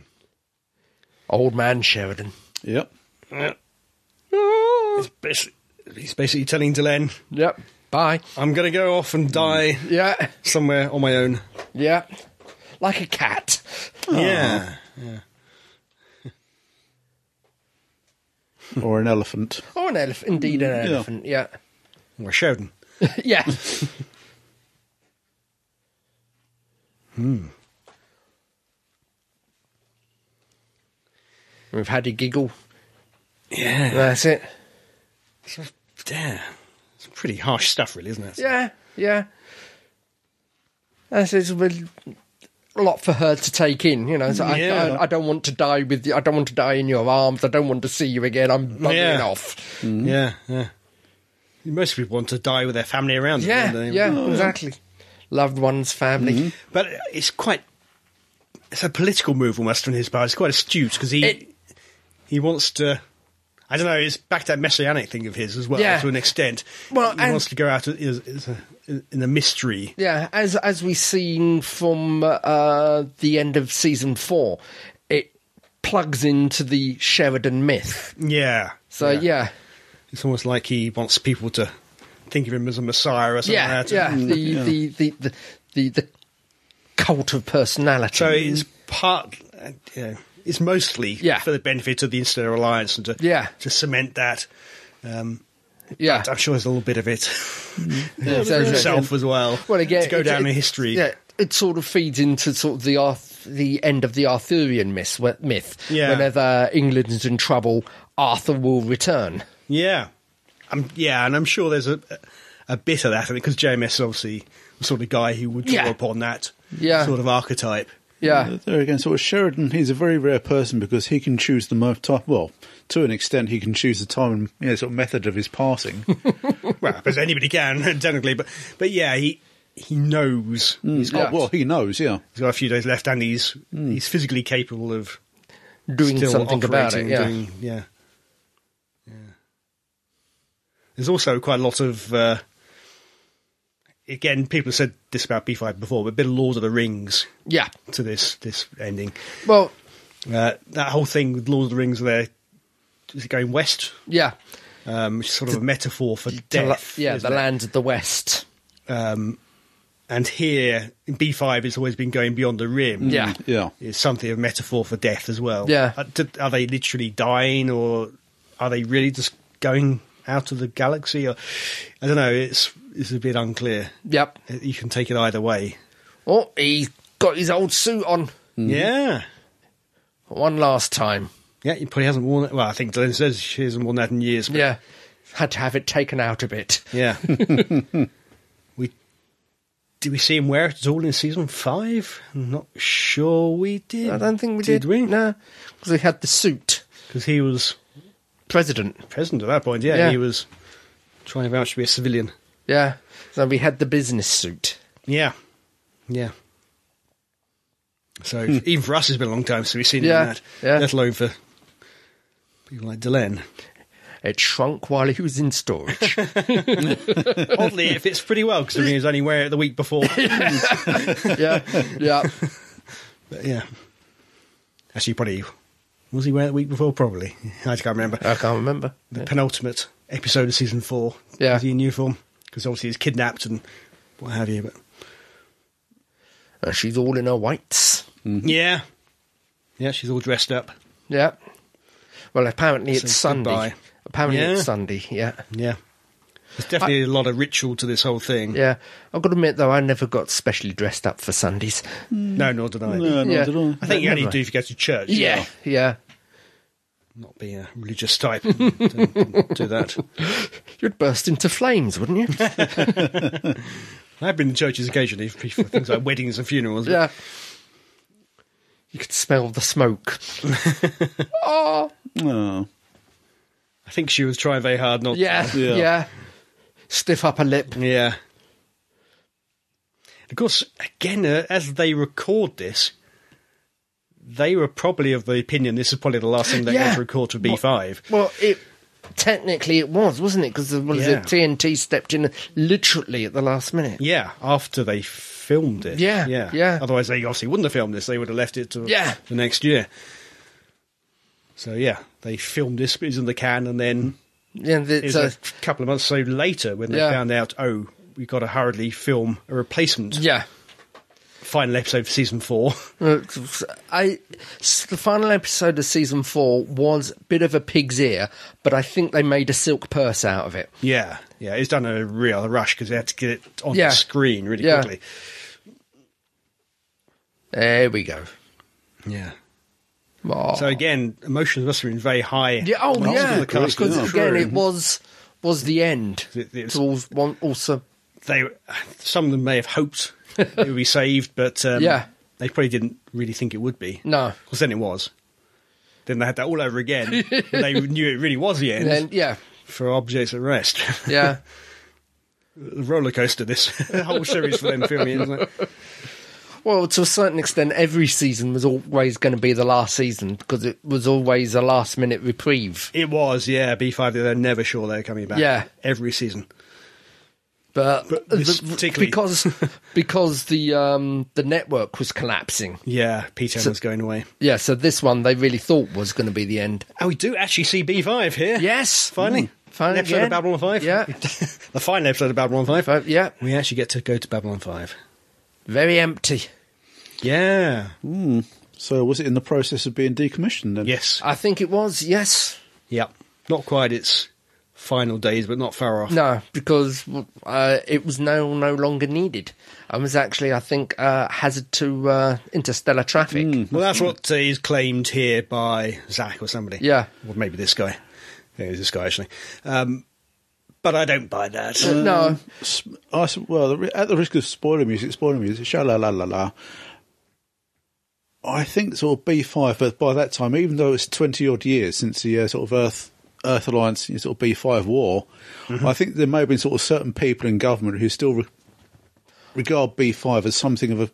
S3: Old man Sheridan.
S1: Yep.
S3: Ah.
S2: He's basically, he's basically telling Delenn,
S3: Yep. Bye.
S2: I'm going to go off and die
S3: Yeah.
S2: somewhere on my own.
S3: Yeah. Like a cat.
S2: Yeah.
S1: or an elephant.
S3: Or an elephant. Indeed, an
S1: yeah.
S2: Mm,
S3: elephant. Yeah.
S2: Well, Sheridan.
S3: yeah. [laughs]
S2: Hmm.
S3: We've had a giggle.
S2: Yeah.
S3: That's it.
S2: Damn. It's pretty harsh stuff, really, isn't it?
S3: Yeah, yeah. That's it's a lot for her to take in, you know. So I-
S2: Yeah.
S3: I, I, don't want to die with you. I don't want to die in your arms. I don't want to see you again. I'm buggering
S2: Yeah.
S3: off.
S2: Mm-hmm. Yeah, yeah. Most people want to die with their family around them.
S3: Yeah,
S2: don't they?
S3: yeah, exactly. Loved ones, family.
S2: But it's quite. It's a political move almost on his part. It's quite astute because he
S3: It-
S2: he wants to. I don't know. It's back to that messianic thing of his as well,
S3: Yeah.
S2: to an extent.
S3: Well,
S2: he
S3: and-
S2: wants to go out as, as a, in a mystery.
S3: Yeah, as as we seen from uh, the end of season four, it plugs into the Sheridan myth.
S2: Yeah.
S3: So yeah, yeah,
S2: It's almost like he wants people to think of him as a messiah or something
S3: yeah,
S2: like that. Mm.
S3: The, The, the the the the cult of personality.
S2: So it's part. Uh, yeah, it's mostly
S3: Yeah.
S2: for the benefit of the Interstellar Alliance and to,
S3: Yeah.
S2: to cement that. Um,
S3: Yeah.
S2: I'm sure there's a little bit of it [laughs]
S3: Yeah, so-
S2: itself as well.
S3: Well, again,
S2: to go
S3: it-
S2: down
S3: it-
S2: in history.
S3: Yeah, it sort of feeds into sort of the Arth- the end of the Arthurian myth. wh- myth.
S2: Yeah.
S3: Whenever England's in trouble, Arthur will return.
S2: Yeah, I'm, yeah, and I'm sure there's a a bit of that in it because JMS obviously the sort of guy who would draw
S3: Yeah.
S2: upon that
S3: Yeah.
S2: sort of archetype. [laughs]
S3: Yeah.
S1: Uh,
S2: Mm.
S1: There again, sort of Sheridan, he's a very rare person because he can choose the mo- time. Well, to an extent, he can choose the time and you know, sort of method of his
S3: [laughs]
S1: passing.
S2: Well, as anybody can [laughs] technically, but but yeah, he he knows
S3: Mm.
S2: he's got
S1: Oh, well, he knows, yeah.
S2: he's got a few days left, and he's he's physically capable of
S3: Hmm. Doing
S2: still
S3: something about it.
S2: operating,
S3: Yeah.
S2: doing- yeah, yeah. There's also quite a lot of. Uh, Again, people have said this about B5 before, but a bit of Lord of the Rings
S3: yeah.
S2: to this this ending.
S3: Well,
S2: Uh, that whole thing with Lord of the Rings, there is it going west,
S3: yeah.
S2: um, which is sort of a metaphor for
S3: The la-
S2: death.
S3: yeah,
S2: isn't
S3: the
S2: it?
S3: land of the West.
S2: Um, and here in B five, it's always been going beyond the rim.
S3: Yeah.
S1: Yeah.
S2: it's something of metaphor for death as well.
S3: Yeah.
S2: are, d- are they literally dying, or are they really just going out of the galaxy? Or I don't know. It's it's a bit unclear.
S3: Yep.
S2: You can take it either way.
S3: Oh, he got his old suit on
S2: Yeah.
S3: one last time.
S2: Yeah, he probably hasn't worn it. Well, I think Dylan says she hasn't worn that in years. but-
S3: Yeah. Had to have it taken out a bit.
S2: Yeah.
S3: [laughs]
S2: we did we see him wear it at all in season five? I'm not sure we did.
S3: I don't think we
S2: did.
S3: did.
S2: we?
S3: No. Because he had the suit.
S2: Because he was
S3: President.
S2: president at that point. Yeah,
S3: Yeah.
S2: he was trying to vouch to be a civilian.
S3: Yeah. So we had the business suit.
S2: Yeah, yeah. So [laughs] even for us, it's been a long time since we've seen him
S3: Yeah,
S2: in that.
S3: yeah.
S2: Let alone for people like
S3: [laughs]
S2: Delenn.
S3: It shrunk while he was in
S2: [laughs]
S3: storage.
S2: Oddly, it fits pretty well because he was only wearing it the week
S3: [laughs]
S2: before.
S3: yeah, yeah,
S2: But yeah. Actually, probably was he wearing it the week before? Probably. I can't remember.
S3: I can't remember.
S2: the penultimate episode of season four.
S3: Yeah.
S2: Is he in uniform? Because obviously he's kidnapped and what have you. But
S3: Uh, she's all in her whites.
S2: yeah, yeah, she's all dressed up.
S3: Yeah. Well, apparently it's
S2: So
S3: Sunday.
S2: goodbye.
S3: Apparently
S2: Yeah.
S3: it's Sunday. Yeah,
S2: Yeah, there's definitely a lot of ritual to this whole thing.
S3: yeah. I've got to admit though, I never got specially dressed up for Sundays.
S2: No, nor deny. it.
S1: No, not
S3: Yeah.
S1: at all.
S2: I think you only
S3: Never.
S2: do if you go to church.
S3: Yeah, yeah.
S2: not be a religious type. [laughs] Don't- don't do that.
S3: You'd burst into flames, wouldn't [laughs] you?
S2: I've been to churches occasionally for for things like weddings and funerals. but
S3: yeah. You could smell the [laughs] smoke. oh,
S1: Oh.
S2: I think she was trying very hard not.
S3: yeah,
S1: Yeah.
S3: yeah. Stiff upper lip.
S2: Yeah. Of course, again, uh, as they record this, they were probably of the opinion this is probably the last thing they're going
S3: Yeah.
S2: to record for B5.
S3: Well, it technically it was, wasn't it? Because well, the
S2: Yeah.
S3: TNT stepped in literally at the last minute.
S2: Yeah, after they filmed it.
S3: Yeah,
S2: yeah.
S3: yeah.
S2: Otherwise, they obviously wouldn't have filmed this. They would have left it to
S3: Yeah.
S2: the next year. So, yeah, they filmed this, it was in the can, and then
S3: Yeah,
S2: it was
S3: it's a,
S2: a couple of months so later when they
S3: Yeah.
S2: found out, oh, we've got to hurriedly film a replacement
S3: yeah.
S2: final episode for season four. [laughs]
S3: Uh, I s- the final episode of season four was a bit of a pig's ear, but I think they made a silk purse out of it.
S2: Yeah, yeah, it's done a real rush because they had to get it on
S3: Yeah.
S2: the screen really
S3: Yeah.
S2: quickly.
S3: There we go.
S2: Yeah.
S3: Oh.
S2: So again, emotions must have been very high.
S3: yeah, oh
S2: amongst
S3: yeah,
S2: the cast
S3: because
S2: and
S3: again,
S2: crew.
S3: it was was the end.
S2: It- it's-
S3: So al- one- also,
S2: they some of them may have hoped it would be saved, but um,
S3: Yeah.
S2: they probably didn't really think it would be.
S3: No.
S2: because then it was. Then they had that all over
S3: [laughs]
S2: again. and they knew it really was the end
S3: then yeah,
S2: for objects at rest.
S3: yeah,
S2: [laughs] the roller coaster. This [laughs] whole series for them filming, isn't it?
S3: Well, to a certain extent, every season was always going to be the last season because it was always a last minute reprieve.
S2: It was, yeah. B five, they're never sure they're coming back.
S3: Yeah.
S2: every season.
S3: But,
S2: But this
S3: the-
S2: particularly- [laughs]
S3: because because the um, the network was collapsing.
S2: Yeah, Peter was going away.
S3: Yeah, so this one they really thought was going to be the end.
S2: And we do actually see B5 here.
S3: Yes,
S2: Finally.
S3: Mm. Finally,
S2: An episode
S3: yeah.
S2: of Babylon 5.
S3: [laughs] Yeah.
S2: [laughs] the final episode of Babylon 5.
S3: But, yeah,
S2: We actually get to go to Babylon 5.
S3: very empty.
S2: Yeah.
S1: Mm. So was it in the process of being decommissioned then?
S2: Yes.
S3: I think it was, yes.
S2: Uh, Yep. Not quite its final days, but not far off.
S3: No, because uh, it was no no longer needed. And was actually, I think, uh, hazard to uh, interstellar traffic.
S2: Well, that's what uh, is claimed here by Zach or somebody.
S3: Yeah.
S2: Or maybe this guy. I think it was this guy, actually. Um, but I don't buy that.
S1: Hmm.
S3: no,
S1: S- I s- Oh, well, the ri- at the risk of spoiler music, spoiler music, sha la la la la. I think sort of B five, but by that time, even though it's twenty odd years since the uh, sort of Earth Earth Alliance you know, sort of B five war,
S3: Mm-hmm.
S1: I think there may have been sort of certain people in government who still re- regard B five as something of a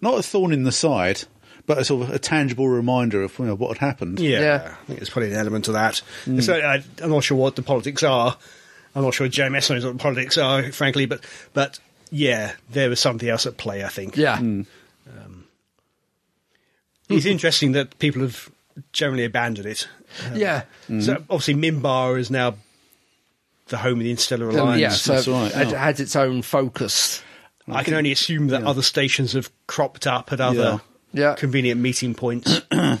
S1: not a thorn in the side, but a sort of a tangible reminder of you know, what had happened.
S2: Yeah,
S3: Yeah. Mm.
S2: I think there's probably an element to that. So I, I'm not sure what the politics are. I'm not sure Joe Messer knows what the politics are, frankly. But but yeah, there was something else at play. I think.
S3: yeah,
S1: Hmm.
S2: it's interesting that people have generally abandoned it.
S3: yeah,
S2: So obviously, Mimbar is now the home of the Interstellar
S3: Um,
S2: Alliance.
S3: yeah. So
S1: that's right,
S3: it
S1: yeah.
S3: has its own focus.
S2: I can only assume that other stations have cropped up at other
S3: Yeah. Yeah.
S2: convenient meeting points.
S1: And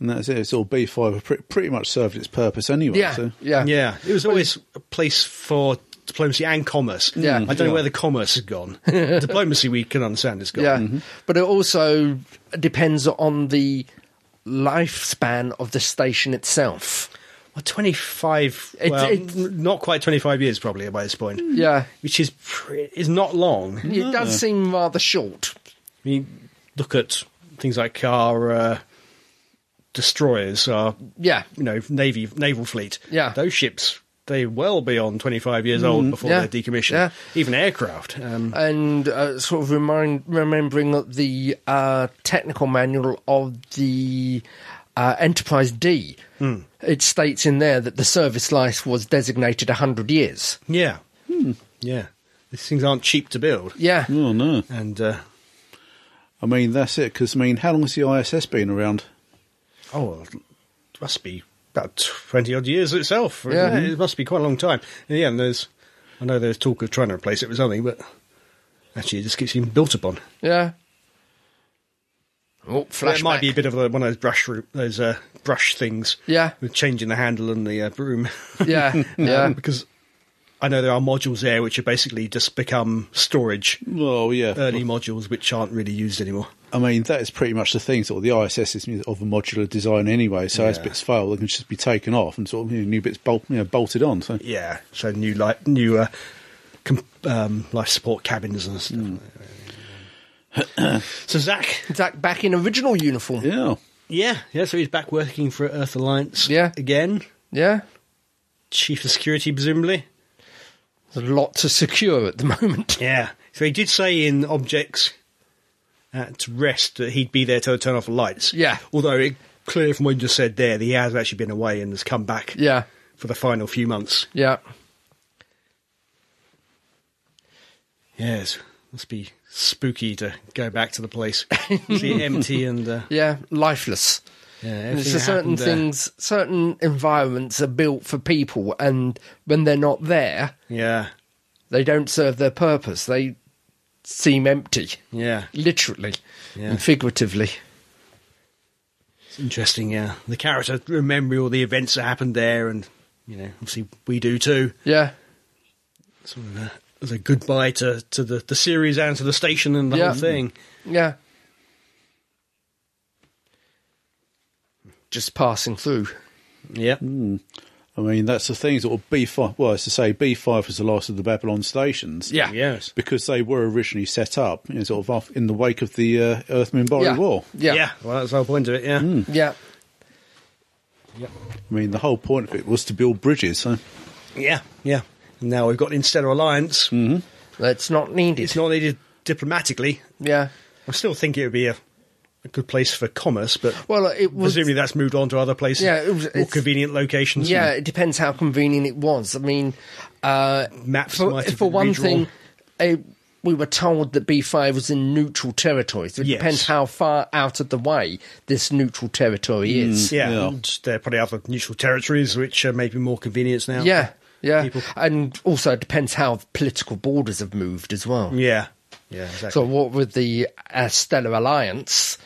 S1: that's it. It's all B five pretty, pretty much served its purpose anyway.
S3: Yeah,
S1: So.
S3: [coughs] yeah,
S2: yeah, it was always a place for diplomacy and commerce.
S3: Yeah.
S2: I don't know where the commerce has
S3: [laughs]
S2: gone. diplomacy, we can understand, has gone. Mm-hmm.
S3: yeah.
S1: mm-hmm.
S3: But it also depends on the lifespan of the station itself.
S2: Well, 25,
S3: It's-
S2: well,
S3: it's-
S2: n- not quite 25 years probably by this point,
S3: Yeah,
S2: which is pre- is not long. I
S3: it does seem rather short.
S2: mean, look at things like our uh, destroyers, our
S3: Yeah,
S2: you know navy naval fleet.
S3: Yeah. Mm,
S2: those ships they're well beyond 25 years old before
S3: Yeah.
S2: they're decommissioned.
S3: Yeah.
S2: Even aircraft. Um,
S3: and uh, sort of remind, remembering the uh, technical manual of the uh, Enterprise D.
S2: Mm.
S3: It states in there that the service life was designated 100 years.
S2: yeah, yeah. These things aren't cheap to build,
S3: Hmm. Yeah.
S1: Oh no.
S2: and uh,
S1: I mean, that's it. Because I mean, how long has the ISS been around?
S2: Oh, well, it must be about 20 odd years itself.
S3: Yeah.
S2: It must be quite a long time. And yeah, and there's, I know there's talk of trying to replace it with something, but actually it just keeps being built upon.
S3: Yeah. Oh,
S2: Well,
S3: flashback.
S2: It might be a bit of a, one of those brush roo- those uh, brush things.
S3: Yeah.
S2: With changing the handle and the uh, broom. [laughs]
S3: Yeah, yeah.
S2: Um, because I know there are modules there which are basically just become storage.
S1: Well, yeah.
S2: Early modules which aren't really used anymore.
S1: Uh, I mean, that is pretty much the thing. Sort of the ISS is of a modular design anyway, so as
S2: Yeah.
S1: bits fail, they can just be taken off and sort of you know, new bits bolt, you know, bolted on. So
S2: Yeah. So new light, new uh, com- um, life support cabins and stuff.
S3: Hmm.
S2: so Zach,
S3: Zack back in original uniform. Yeah.
S1: yeah,
S2: yeah, yeah. So he's back working for Earth Alliance.
S3: Yeah.
S2: Again, chief of security, presumably.
S3: There's a lot to secure at the [laughs] moment.
S2: Yeah. So he did say in objects at rest that he'd be there to turn off the lights.
S3: Yeah.
S2: Although it clear from what you just said there, that he has actually been away and has come back.
S3: Yeah,
S2: For the final few months.
S3: yeah.
S2: Yes. Must be spooky to go back to the [laughs] place, see it empty and. Uh,
S3: Yeah, lifeless.
S2: Yeah,
S3: And
S2: everything
S3: so
S2: that
S3: certain
S2: happened there.
S3: things, certain environments are built for people, and when they're not there,
S2: Yeah,
S3: they don't serve their purpose. They seem empty,
S2: yeah,
S3: literally
S2: Yeah.
S3: and figuratively.
S2: it's interesting. Yeah, the character remembering all the events that happened there, and you know, obviously we do too.
S3: Yeah,
S2: Sort of a, as a goodbye to to the the series and to the station and the
S3: Yeah.
S2: whole thing.
S3: yeah. Just passing through.
S2: Yeah,
S1: I mean, that's the thing. Sort of B five. Well, as to say, B five was the last of the Babylon stations.
S3: Yeah.
S2: yes,
S1: because they were originally set up you know, sort of off in the wake of the uh, Earth Mimbari
S3: yeah.
S1: War.
S3: Yeah.
S2: yeah. Mm. Well, that's the whole point of it. Yeah,
S3: Yeah.
S1: I mean, the whole point of it was to build bridges. So
S2: yeah, yeah. And now we've got Interstellar Alliance.
S3: That's not needed.
S2: It's not needed diplomatically.
S3: yeah.
S2: I still think it would be a, a good place for commerce, but
S3: Well, it was.
S2: presumably that's moved on to other places,
S3: Yeah, it was-
S2: more
S3: it's-
S2: convenient locations.
S3: yeah, it depends how convenient it was. I mean, uh,
S2: Maps
S3: for,
S2: might have
S3: for
S2: been
S3: one
S2: redrawn.
S3: thing, it, we were told that B5 was in neutral territory. So it
S2: Yes.
S3: depends how far out of the way this neutral territory is.
S2: Mm, Yeah,
S1: Yeah.
S2: and they're probably other neutral territories, which are maybe more convenience now.
S3: Yeah, yeah.
S2: People-
S3: And also, it depends how political borders have moved as well.
S2: yeah, yeah. Exactly.
S3: So, what with the uh, Stellar Alliance,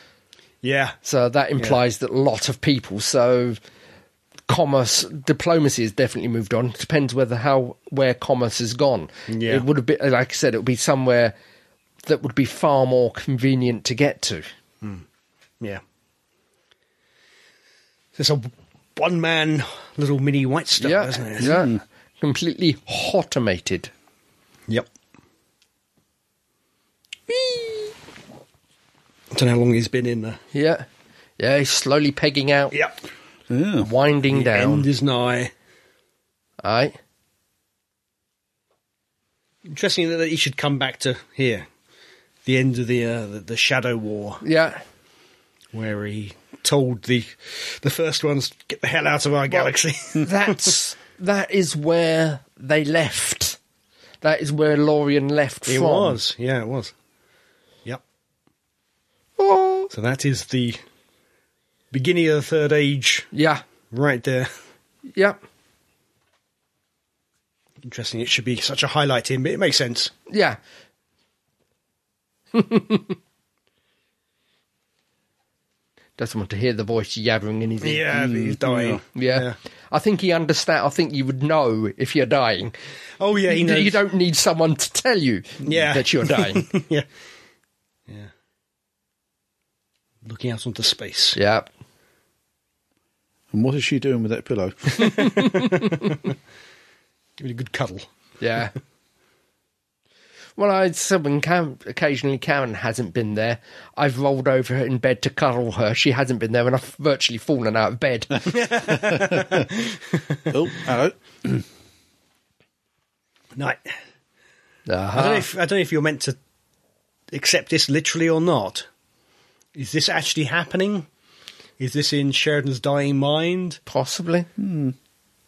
S2: Yeah.
S3: So that implies that a lot of people. So commerce, diplomacy has definitely moved on. It depends whether how where commerce has gone.
S2: Yeah.
S3: It would have been, like I said, it would be somewhere that would be far more convenient to get to.
S2: Yeah. It's a one man little mini white star,
S3: yeah,
S2: isn't it?
S3: yeah, completely automated.
S2: Yep. I don't know how long he's been in there.
S3: Yeah, yeah, he's slowly pegging out,
S2: Yep.
S1: Yeah.
S3: winding down.
S2: End is nigh.
S3: Aye.
S2: Interesting that he should come back to here. The end of the, uh, the the Shadow War,
S3: Yeah.
S2: where he told the the first ones get the hell out of our galaxy.
S3: [laughs] That's that is where they left. That is where Lorian
S2: [laughs]
S3: left
S2: it
S3: from.
S2: was, yeah, it was. Yep.
S3: Oh.
S2: So that is the beginning of the Third Age,
S3: Yeah.
S2: right there.
S3: Yeah.
S2: Interesting. It should be such a highlight in, but it makes sense.
S3: Yeah. [laughs] Doesn't want to hear the voice yabbering in his ear.
S2: Yeah, but uh, he's dying.
S3: Mm-hmm. Yeah. I think he understand. I think you would know if you're dying.
S2: Oh yeah, he
S3: You-
S2: knows.
S3: You don't need someone to tell you
S2: Yeah.
S3: that you're dying.
S2: [laughs] yeah. Yeah. Looking out onto space.
S3: yeah.
S1: And what is she doing with that
S3: [laughs]
S1: pillow?
S2: Give it a good cuddle.
S3: Yeah. Well, I said when Cam, occasionally Karen hasn't been there, I've rolled over in bed to cuddle her. She hasn't been there, and I've virtually fallen out
S2: [laughs]
S3: of bed.
S1: oh, hello.
S2: Night. I don't know
S3: Uh-huh.
S2: if I don't know if you're meant to accept this literally or not. Is this actually happening? Is this in Sheridan's dying mind?
S3: Possibly.
S2: Hmm.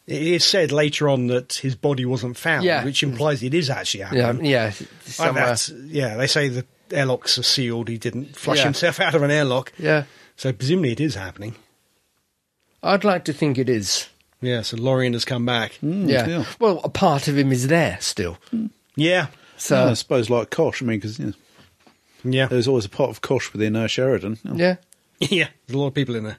S2: It is said later on that his body wasn't found,
S3: Yeah.
S2: which implies it is actually
S3: Yeah,
S2: happening.
S3: yeah.
S2: Like
S3: Somewhere.
S2: that, yeah, they say the airlocks are sealed. He didn't flush
S3: Yeah.
S2: himself out of an airlock,
S3: Yeah.
S2: so presumably it is happening.
S3: I'd like to think it is.
S2: Yeah, so Lorien has come back.
S1: Mm,
S3: yeah.
S1: yeah.
S3: Well, a part of him is there still.
S2: Yeah,
S3: So,
S1: I suppose like Kosh. I mean, because you know,
S2: yeah,
S3: Uh,
S1: there's always a part of Kosh within uh, Sheridan. Oh,
S3: yeah.
S2: [laughs] yeah. There's a lot of people in there.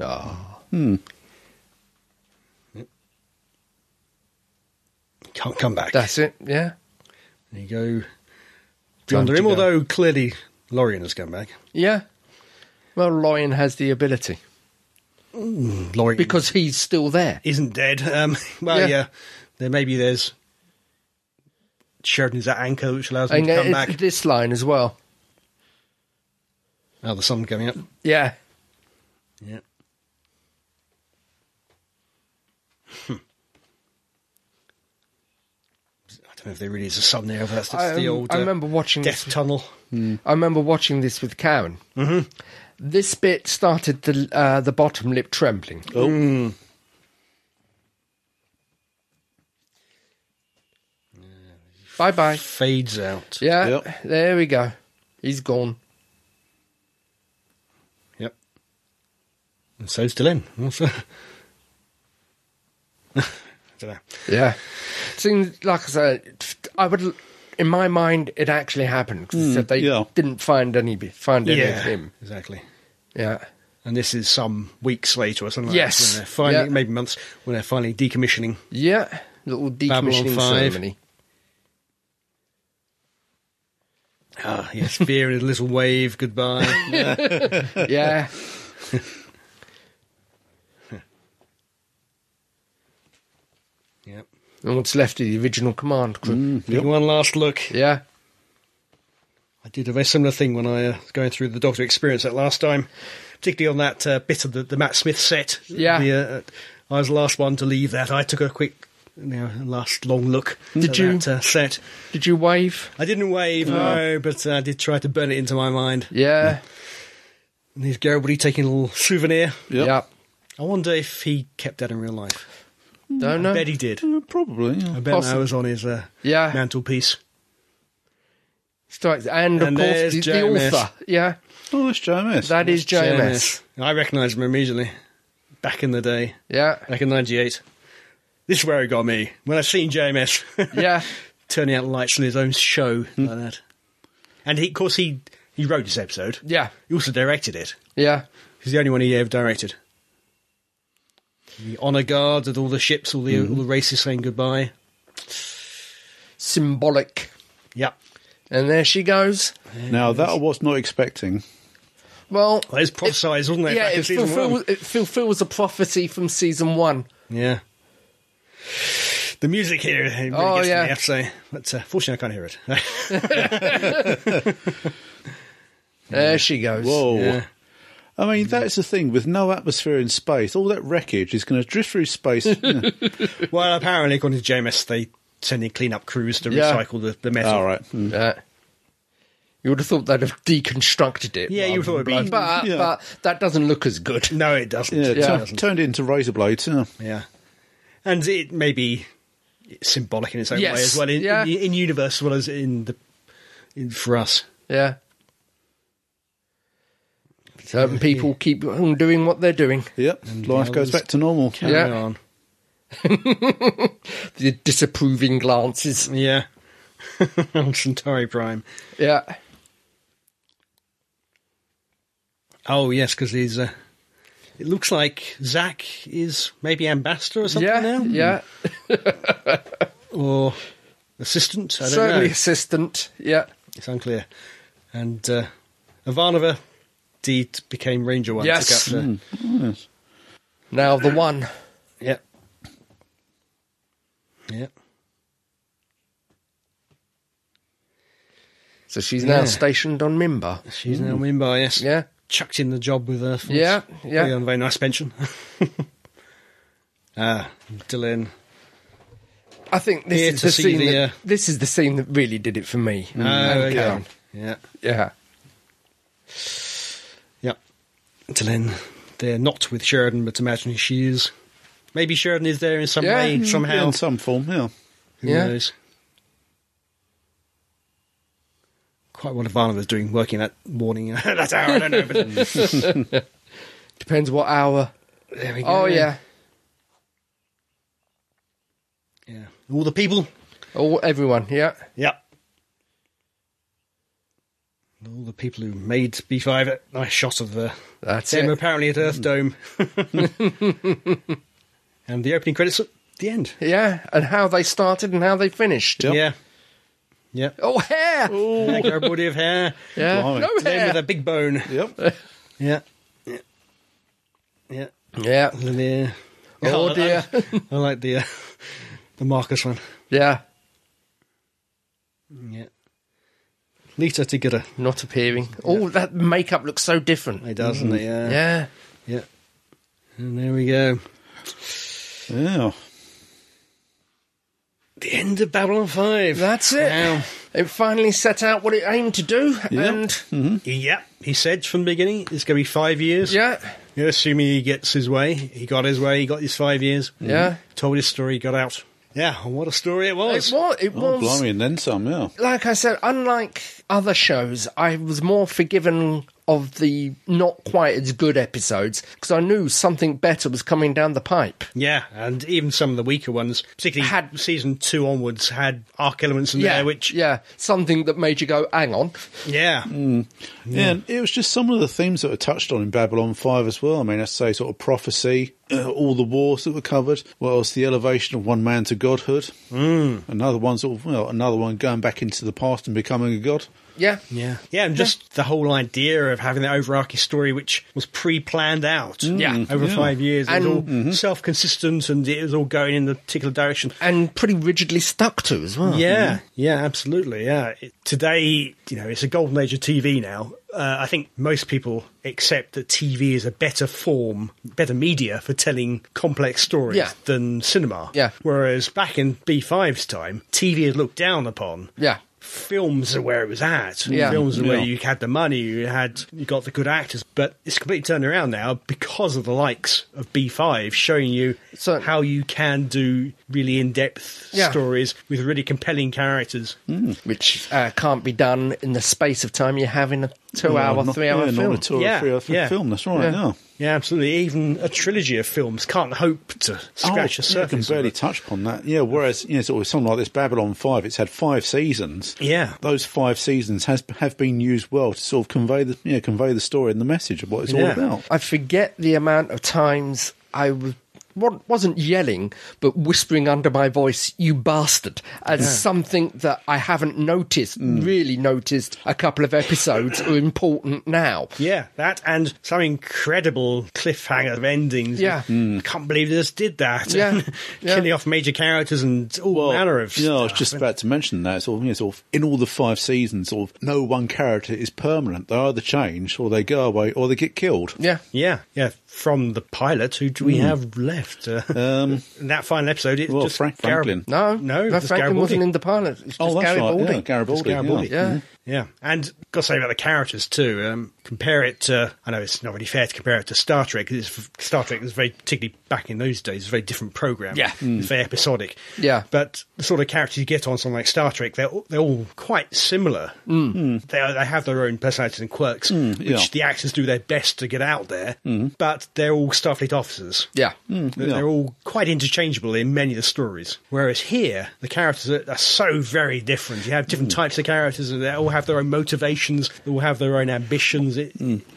S3: Oh.
S2: Can't come back.
S3: That's it. Yeah.
S2: There you go.
S3: Time
S2: Beyond
S3: to
S2: him,
S3: go.
S2: although clearly Lorien has come back.
S3: Yeah. Well, Lorian has the ability
S2: Lorien
S3: because he's still there.
S2: isn't dead. [laughs] Um, well,
S3: Yeah.
S2: yeah. There maybe there's Sheridan is at anchor, which allows him
S3: And
S2: to come
S3: it-
S2: back.
S3: this line as well.
S2: Oh, the sun coming up.
S3: Yeah.
S2: Yeah. Hmm. I don't know if there really is a sun there. But that's, that's
S3: I,
S2: the
S3: um,
S2: old
S3: I
S2: uh,
S3: remember watching this
S2: death tunnel.
S3: I remember watching this with Karen. Mm-hmm. This bit started the uh, the bottom lip trembling.
S2: Oh.
S3: Bye bye.
S2: Fades out.
S3: Yeah,
S1: Yep.
S3: there we go. He's gone.
S2: Yep. And so's Dylan. [laughs] Also. don't know.
S3: Yeah, seems like I said, I would. In my mind, it actually happened. 'cause they said they
S1: yeah.
S3: didn't find any find any of
S2: Yeah,
S3: him.
S2: exactly.
S3: Yeah,
S2: And this is some weeks later or something.
S3: Yes.
S2: like that, when they're finally,
S3: Yeah.
S2: maybe months, when they're finally decommissioning.
S3: yeah. Little
S2: Babylon
S3: decommissioning
S2: five.
S3: ceremony.
S2: Ah,
S3: [laughs]
S2: yes, beer and a little wave goodbye.
S3: Yeah.
S2: yep.
S3: and what's left of the original command crew.
S1: Yep.
S2: One last look.
S3: Yeah.
S2: I did a very similar thing when I uh, was going through the Doctor experience that last time, particularly on that uh, bit of the, the Matt Smith set.
S3: Yeah.
S2: The, uh, I was the last one to leave that. I took a quick, you know, last long look
S3: Did
S2: at
S3: you?
S2: that uh, set.
S3: Did you wave?
S2: I didn't wave, no, but uh, I did try to burn it into my mind.
S3: Yeah.
S2: And here's Garibaldi taking a little souvenir.
S1: Yep.
S2: I wonder if he kept that in real life.
S3: Yep. Don't
S2: Mm. I
S3: know.
S2: bet he did.
S1: Uh, probably. Yeah.
S2: I bet that
S3: Possible.
S2: was on his uh,
S3: Yeah.
S2: mantelpiece.
S3: Strikes. And,
S2: And
S3: of course,
S2: there's
S3: the, the
S2: JMS.
S3: author. Yeah,
S1: Oh, that's JMS.
S3: that is JMS.
S2: JMS. I recognised him immediately. Back in the day.
S3: Yeah,
S2: [laughs] Back in 98. This is where it got me. When I seen JMS.
S3: yeah, Hmm.
S2: turning out lights on his own show like that. And he, of course, he he wrote this episode.
S3: Yeah.
S2: He also directed it.
S3: Yeah.
S2: He's the only one he ever directed. The honor guard with all the ships, all the
S3: Mm-hmm.
S2: all the races saying goodbye.
S3: Symbolic.
S2: Yeah,
S3: And there she goes.
S1: Now that I was not expecting.
S3: Well,
S2: well, it's prophesized, wasn't it?
S3: yeah,
S2: back in
S3: it
S2: season
S3: fulfills,
S2: one?
S3: it fulfills a prophecy from season one.
S2: Yeah. The music here it really gets to
S3: Oh,
S2: me,
S3: yeah.
S2: I have to say. But uh, fortunately, I can't hear it. [laughs]
S3: There
S2: Mm.
S3: she goes.
S1: Whoa.
S2: Yeah.
S1: I mean, that's the thing with no atmosphere in space. All that wreckage is going to drift through space. Yeah.
S2: well, apparently, according to JMS, they send in clean-up crews to
S3: Yeah.
S2: recycle the, the metal.
S1: All right. Mm.
S3: Uh, you would have thought they'd have deconstructed it.
S2: Yeah, you
S3: rather
S2: would
S3: than
S2: have thought it'd be-
S3: blown- But,
S1: yeah.
S3: but that doesn't look as good.
S2: No, it doesn't.
S1: Yeah,
S2: It
S1: turn-
S2: doesn't.
S1: turned it into razor blades. Yeah.
S2: Yeah. And it may be symbolic in its own
S3: Yes,
S2: way as well, in,
S3: yeah.
S2: in, in universe as well as in the in, for us.
S3: Yeah. Certain people keep on doing what they're doing.
S1: Yep. Life
S2: the
S1: goes
S2: others-
S1: back to normal.
S2: Carry
S3: Yeah.
S2: on.
S3: The disapproving glances.
S2: Yeah. [laughs] on Centauri Prime.
S3: Yeah.
S2: Oh, yes, because he's. Uh, it looks like Zach is maybe ambassador or something
S3: yeah.
S2: now?
S3: Yeah.
S2: Or assistant? I don't
S3: Certainly
S2: know.
S3: assistant. Yeah.
S2: It's unclear. And uh, Ivanova D became Ranger One.
S3: Yes. Hmm.
S2: took up the-
S3: Now the one.
S2: Yep. Yep.
S3: So she's
S2: Yeah.
S3: now stationed on Mimba.
S2: She's now in by yes.
S3: Hmm. Yeah.
S2: Chucked in the job with her.
S3: Yeah, yeah.
S2: On a very nice pension. [laughs] ah, Dylan.
S3: I think this
S2: Here
S3: is
S2: to
S3: the
S2: see
S3: scene.
S2: the,
S3: that,
S2: uh,
S3: This is the scene that really did it for me.
S2: Oh,
S3: Hmm, And
S2: okay.
S3: Karen.
S2: Yeah.
S3: Yeah.
S2: Yep. Dylan. They're not with Sheridan, but imagine she is. Maybe Sheridan is there in some
S3: Yeah.
S2: way,
S3: Mm,
S1: Yeah,
S2: somehow.
S1: in some form. Yeah.
S2: Who
S3: Yeah.
S2: knows? Quite what Ivanova's doing, working that morning, [laughs] that hour, I don't
S3: [laughs]
S2: know. But
S3: Depends what hour.
S2: there we go.
S3: Oh yeah.
S2: Yeah. All the people.
S3: Oh, everyone. Yeah.
S2: Yep. And All the people who made B five. Nice shot of the
S3: That's
S2: them
S3: it. Mm.
S2: apparently at Earth Dome.
S3: [laughs]
S2: and the opening credits at the end.
S3: Yeah, and how they started and how they finished.
S1: Yep.
S2: Yeah. Yeah.
S3: Oh, hair.
S2: Like our body of hair.
S3: [laughs] yeah.
S1: blimey.
S3: No
S2: Them with a
S3: hair.
S2: big bone.
S1: Yep.
S2: Yeah. Yeah. Yeah. [laughs]
S3: Yeah.
S2: And the-
S3: Oh,
S2: I- I-
S3: dear.
S2: I, like the uh, [laughs] the Marcus one.
S3: [laughs] Yeah.
S2: Yeah. Lita Tigger.
S3: Not appearing. Oh, that makeup looks so different.
S2: It does, doesn't it? Yeah.
S3: Yeah.
S2: Mm-hmm. Yeah. And there we go.
S1: yeah. Oh,
S2: The end of Babylon 5.
S3: That's it.
S2: Wow.
S3: It finally set out what it aimed to do, and
S2: Yep. He said from the beginning it's going to be five years.
S3: yeah,
S2: Yeah, assuming he gets his way. He got his way. He got his five years.
S3: Yeah.
S2: Told his story, got out. Yeah, and what a story it
S3: it
S2: was.
S3: was. It
S1: Oh,
S3: was.
S1: blimey, and then some. Yeah.
S3: like I said, unlike other shows, I was more forgiven of the not quite as good episodes because I knew something better was coming down the pipe.
S2: Yeah, and even some of the weaker ones, particularly
S3: Had-
S2: season two onwards, had arc elements in there, which, yeah. Mm.
S3: yeah, something that made you go, "Hang on."
S1: Yeah. and it was just some of the themes that were touched on in Babylon 5 as well. I mean, let's say sort of prophecy, uh, all the wars that were covered. What else? The elevation of one man to godhood. Mm. Another one sort of, well, another one going back into the past and becoming a god.
S3: Yeah,
S2: Yeah. Yeah, and just the whole idea of having that overarching story which was pre planned out
S3: Yeah.
S2: over
S1: Yeah.
S2: five years. It was
S3: Mm. And- mm-hmm.
S2: all self consistent and it was all going in the particular direction.
S3: and pretty rigidly stuck to as well.
S2: Yeah, yeah, absolutely. Yeah, It- today, you know, it's a golden age of TV now. Uh, I think most people accept that TV is a better form, better media for telling complex stories
S3: Yeah.
S2: than cinema.
S3: Yeah.
S2: Whereas back in B5's time, TV is looked down upon.
S3: yeah,
S2: Films are where it was at.
S3: Yeah.
S2: Films are where
S1: Yeah.
S2: you had the money, you had you got the good actors. But it's completely turned around now because of the likes of B5 showing you
S3: So-
S2: how you can do really in-depth
S3: Yeah.
S2: stories with really compelling characters.
S3: which uh, can't be done in the space of time you have in a two-hour,
S1: Not-
S3: three-hour
S1: yeah,
S3: film.
S1: Uh, Not a two or
S2: Yeah,
S1: three hour
S2: yeah.
S1: film, that's right,
S3: Yeah.
S1: yeah.
S2: Yeah, absolutely. Even a trilogy of films can't hope to scratch
S1: Oh, yeah,
S2: a
S1: I can
S2: surface. of
S1: barely
S2: it.
S1: touch upon that. Yeah, whereas you know, sort of something like this Babylon Five, it's had five seasons.
S2: Yeah.
S1: those five seasons has have been used well to sort of convey the you know, convey the story and the message of what it's all
S2: Yeah.
S1: about.
S3: I forget the amount of times I was wa- wasn't yelling but whispering under my voice you bastard as something that i haven't noticed
S1: Mm.
S3: really noticed a couple of episodes are important now
S2: Yeah, that and some incredible cliffhanger of endings.
S3: Yeah.
S2: I can't believe they just did that. [laughs]
S3: Yeah, yeah.
S2: Killing off major characters and all manner of
S1: you know, I was
S2: stuff.
S1: just about to mention that. Sort of, you know, sort of, in all the five seasons, sort of, no one character is permanent. They either change, or they go away, or they get killed.
S3: yeah
S2: Yeah, yeah. From the pilot, who do we have left? Uh,
S1: Hmm. Um,
S2: [laughs] in that final episode, it's
S1: well,
S2: just
S1: Frank
S2: Garib-
S1: Franklin.
S3: no
S2: no,
S3: no
S2: just
S3: franklin
S2: Garibaldi.
S3: wasn't in the pilot it's just
S1: oh, that's
S3: garibaldi
S1: right. Yeah, Garibaldi.
S2: Just Garibaldi.
S1: yeah.
S3: yeah
S2: Yeah, and got to say about the characters too. Um, compare it to, I know it's not really fair to compare it to Star Trek, 'cause it's, Star Trek was very, particularly back in those days, a very different program.
S3: Yeah.
S2: It's very episodic.
S3: Yeah.
S2: But the sort of characters you get on something like Star Trek, they're, all- they're all quite similar.
S3: Hmm.
S2: Mm. They, are, they have their own personalities and quirks, which
S1: yeah.
S2: the actors do their best to get out there, but they're all Starfleet officers.
S3: Hmm, yeah
S2: They're,
S1: yeah.
S2: they're all quite interchangeable in many of the stories. Whereas here, the characters are, are so very different. You have different
S3: Hmm.
S2: types of characters, and they all have their own motivations. They all have their own ambitions. It,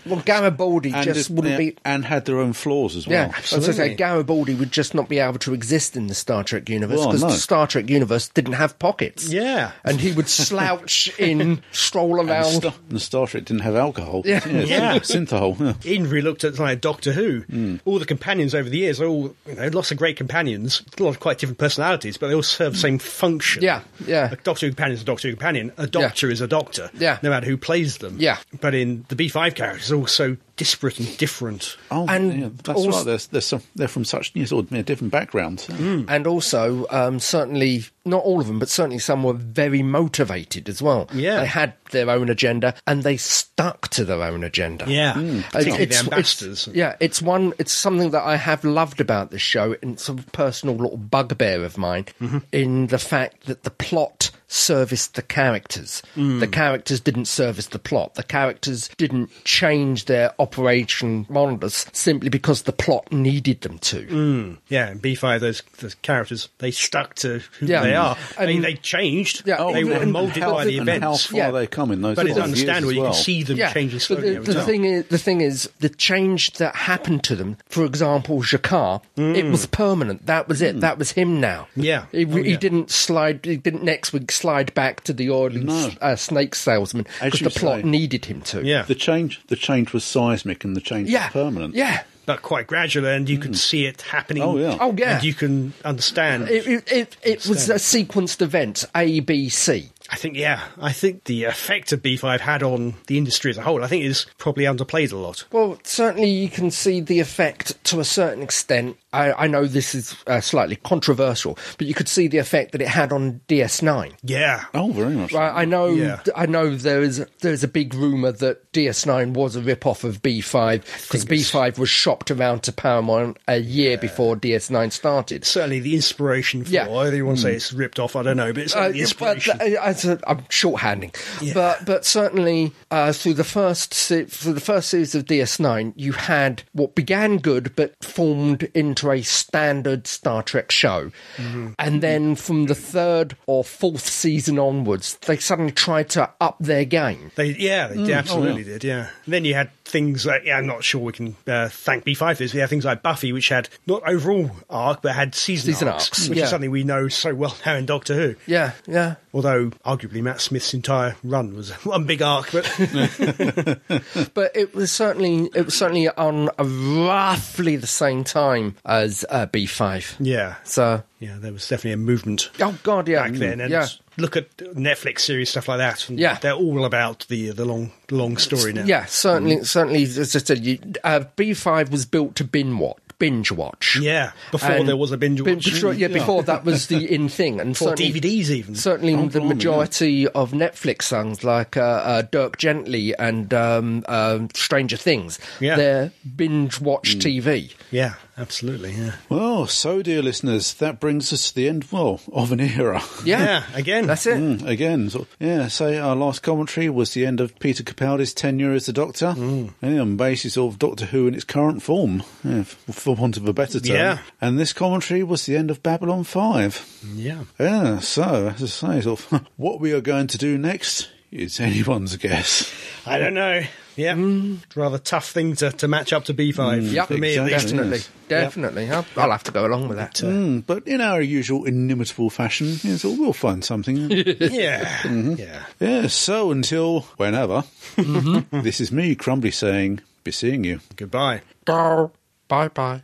S3: well garibaldi
S1: And,
S3: just
S1: it-
S3: wouldn't
S1: yeah,
S3: be
S1: and had their own flaws as well.
S3: Yeah, I was going to say
S2: absolutely.
S3: Garibaldi would just not be able to exist in the Star Trek universe
S1: Well,
S3: because
S1: no.
S3: the Star Trek universe didn't have pockets.
S2: Yeah.
S3: and he
S1: [laughs]
S3: would slouch in, stroll
S1: And
S3: around.
S1: Star, and Star Trek didn't have alcohol.
S3: Yeah.
S2: Yeah.
S1: Synthahol. Yeah.
S2: Even if we looked at like Doctor Who,
S3: Hmm.
S2: all the companions over the years are all you know, lots of great companions, a lot of quite different personalities, but they all serve the same function.
S3: Hmm. Yeah, yeah.
S2: A Doctor Who companion is a Doctor Who companion. A Doctor is a Doctor.
S3: Yeah.
S2: no matter who plays them.
S3: Yeah.
S2: but in the B five characters, they're all so disparate and different.
S1: Oh,
S3: And
S1: yeah, that's
S3: also-
S1: right. They're, they're, some, they're from such you know, sort of, you know, different backgrounds.
S2: Mm.
S3: And also, um, certainly, not all of them, but certainly some were very motivated as well.
S2: Yeah.
S3: They had their own agenda and they stuck to their own agenda.
S2: Yeah,
S3: And
S2: particularly the ambassadors.
S3: Hmm. It's, yeah, it's one. It's something that I have loved about this show, and it's a personal little bugbear of mine
S2: Mm-hmm.
S3: in the fact that the plot serviced the characters.
S2: Mm.
S3: The characters didn't service the plot. The characters didn't change their operation models simply because the plot needed them
S2: Mm.
S3: to.
S2: Yeah, B five. Those those characters they stuck to who
S3: Yeah.
S2: they are.
S3: And-
S2: I mean, they changed.
S3: Yeah.
S1: Oh,
S2: they were
S1: and
S2: molded
S1: how,
S2: by the
S1: and How
S2: events.
S1: far
S3: Yeah.
S1: they come in those.
S2: But it's
S1: five years
S2: understandable.
S1: as
S2: You
S1: well.
S2: can see them changing
S3: but
S2: slowly
S3: the,
S2: over
S3: the
S2: time.
S3: thing is, the thing is, the change that happened to them. For example, Jacquard, it was permanent. That was it. That was him now.
S2: Mm. Yeah.
S3: he,
S2: Oh,
S3: he
S2: yeah.
S3: didn't slide. He didn't next week slide back to the oily
S1: No.
S3: uh, snake salesman
S1: As
S3: because
S1: you
S3: the plot
S1: say.
S3: needed him to.
S2: Yeah.
S1: The change, the change was seismic, and the change
S3: yeah,
S1: was permanent.
S3: Yeah.
S2: but quite gradual, and you could see it happening.
S1: Mm-hmm. Oh, yeah.
S3: Oh, yeah.
S2: And you can understand.
S3: It, it, it, it was a sequenced event, A, B, C.
S2: I think, yeah, I think the effect of B five had on the industry as a whole, I think, is probably underplayed a lot.
S3: Well, certainly you can see the effect to a certain extent. I, I know this is uh, slightly controversial, but you could see the effect that it had on DS9.
S2: Yeah,
S1: Oh, very much.
S3: Right, I know.
S2: Yeah.
S3: I know. There is there is a big rumor that DS9 was a rip off of B5 because B5 was shopped around to Paramount a year before DS9 started.
S2: certainly the inspiration for.
S3: Yeah.
S2: Either you want
S1: Hmm.
S2: to say it's ripped off, I don't know, but it's
S3: Uh,
S2: certainly the
S3: but
S2: inspiration.
S3: uh, as a, I'm shorthanding,
S2: Yeah.
S3: but but certainly uh, through the first se- through the first series of DS9, you had what began good but formed into a standard Star Trek show,
S2: Mm-hmm.
S3: and then from the third or fourth season onwards, they suddenly tried to up their game.
S2: They, yeah, they
S3: Mm.
S2: did,
S3: Oh,
S2: absolutely did. Yeah. And then you had things like yeah, I'm not sure we can uh, thank B5 for this. We had things like Buffy, which had not overall arc but had season,
S3: Season
S2: arcs,
S3: arcs,
S2: which
S3: yeah.
S2: is something we know so well now in Doctor Who.
S3: Yeah,
S2: [laughs]
S3: yeah.
S2: Although arguably Matt Smith's entire run was [laughs] one big arc,
S3: [laughs]
S2: but
S3: but it was certainly it was certainly on roughly the same time as uh, B5.
S2: yeah,
S3: So,
S2: yeah, there was definitely a movement
S3: oh god, yeah,
S2: back then. And
S3: yeah.
S2: look at Netflix series stuff like that. And
S3: Yeah.
S2: they're all about the the long long story now.
S3: Yeah, certainly, certainly. As I said, you, uh, B5 was built to bin watch, binge watch.
S2: yeah. Before
S3: And
S2: there was a binge
S3: bin-
S2: watch.
S3: before- yeah, before that
S2: [laughs]
S3: was the in thing, and
S2: Or
S3: certainly-
S2: DVDs even.
S3: Certainly, the
S1: blimey,
S3: majority of Netflix songs, like uh, uh, Dirk Gently and um, um Stranger Things,
S2: Yeah. Mm.
S3: they're binge watch TV.
S2: yeah. absolutely. Yeah.
S1: Well, so dear listeners, that brings us to the end well, of an era. [laughs]
S3: Yeah.
S2: Yeah, again.
S3: That's it.
S1: Mm, again, sort of- yeah. So our last commentary was the end of Peter Capaldi's tenure as the Doctor, and on basis of Doctor Who in its current form, yeah, f- for want of a better term.
S2: Yeah.
S1: And this commentary was the end of Babylon Five.
S2: Yeah.
S1: Yeah. So as I say, sort of, [laughs] what we are going to do next is [laughs] anyone's guess.
S2: I don't know. Yeah.
S1: Mm.
S2: It's a rather tough thing to, to match up to B5.
S3: Yep.
S2: For me,
S1: Exactly.
S2: at least.
S3: Definitely.
S1: Yes.
S3: Definitely. I'll, I'll have to go along with that.
S1: Mm, but in our usual inimitable fashion, yeah, so we'll find something.
S2: Yeah.
S1: Mm-hmm.
S2: Yeah.
S1: yeah. So until whenever, [laughs] this is me, Crumbly, saying, "Be seeing you."
S2: Goodbye.
S3: Bye bye.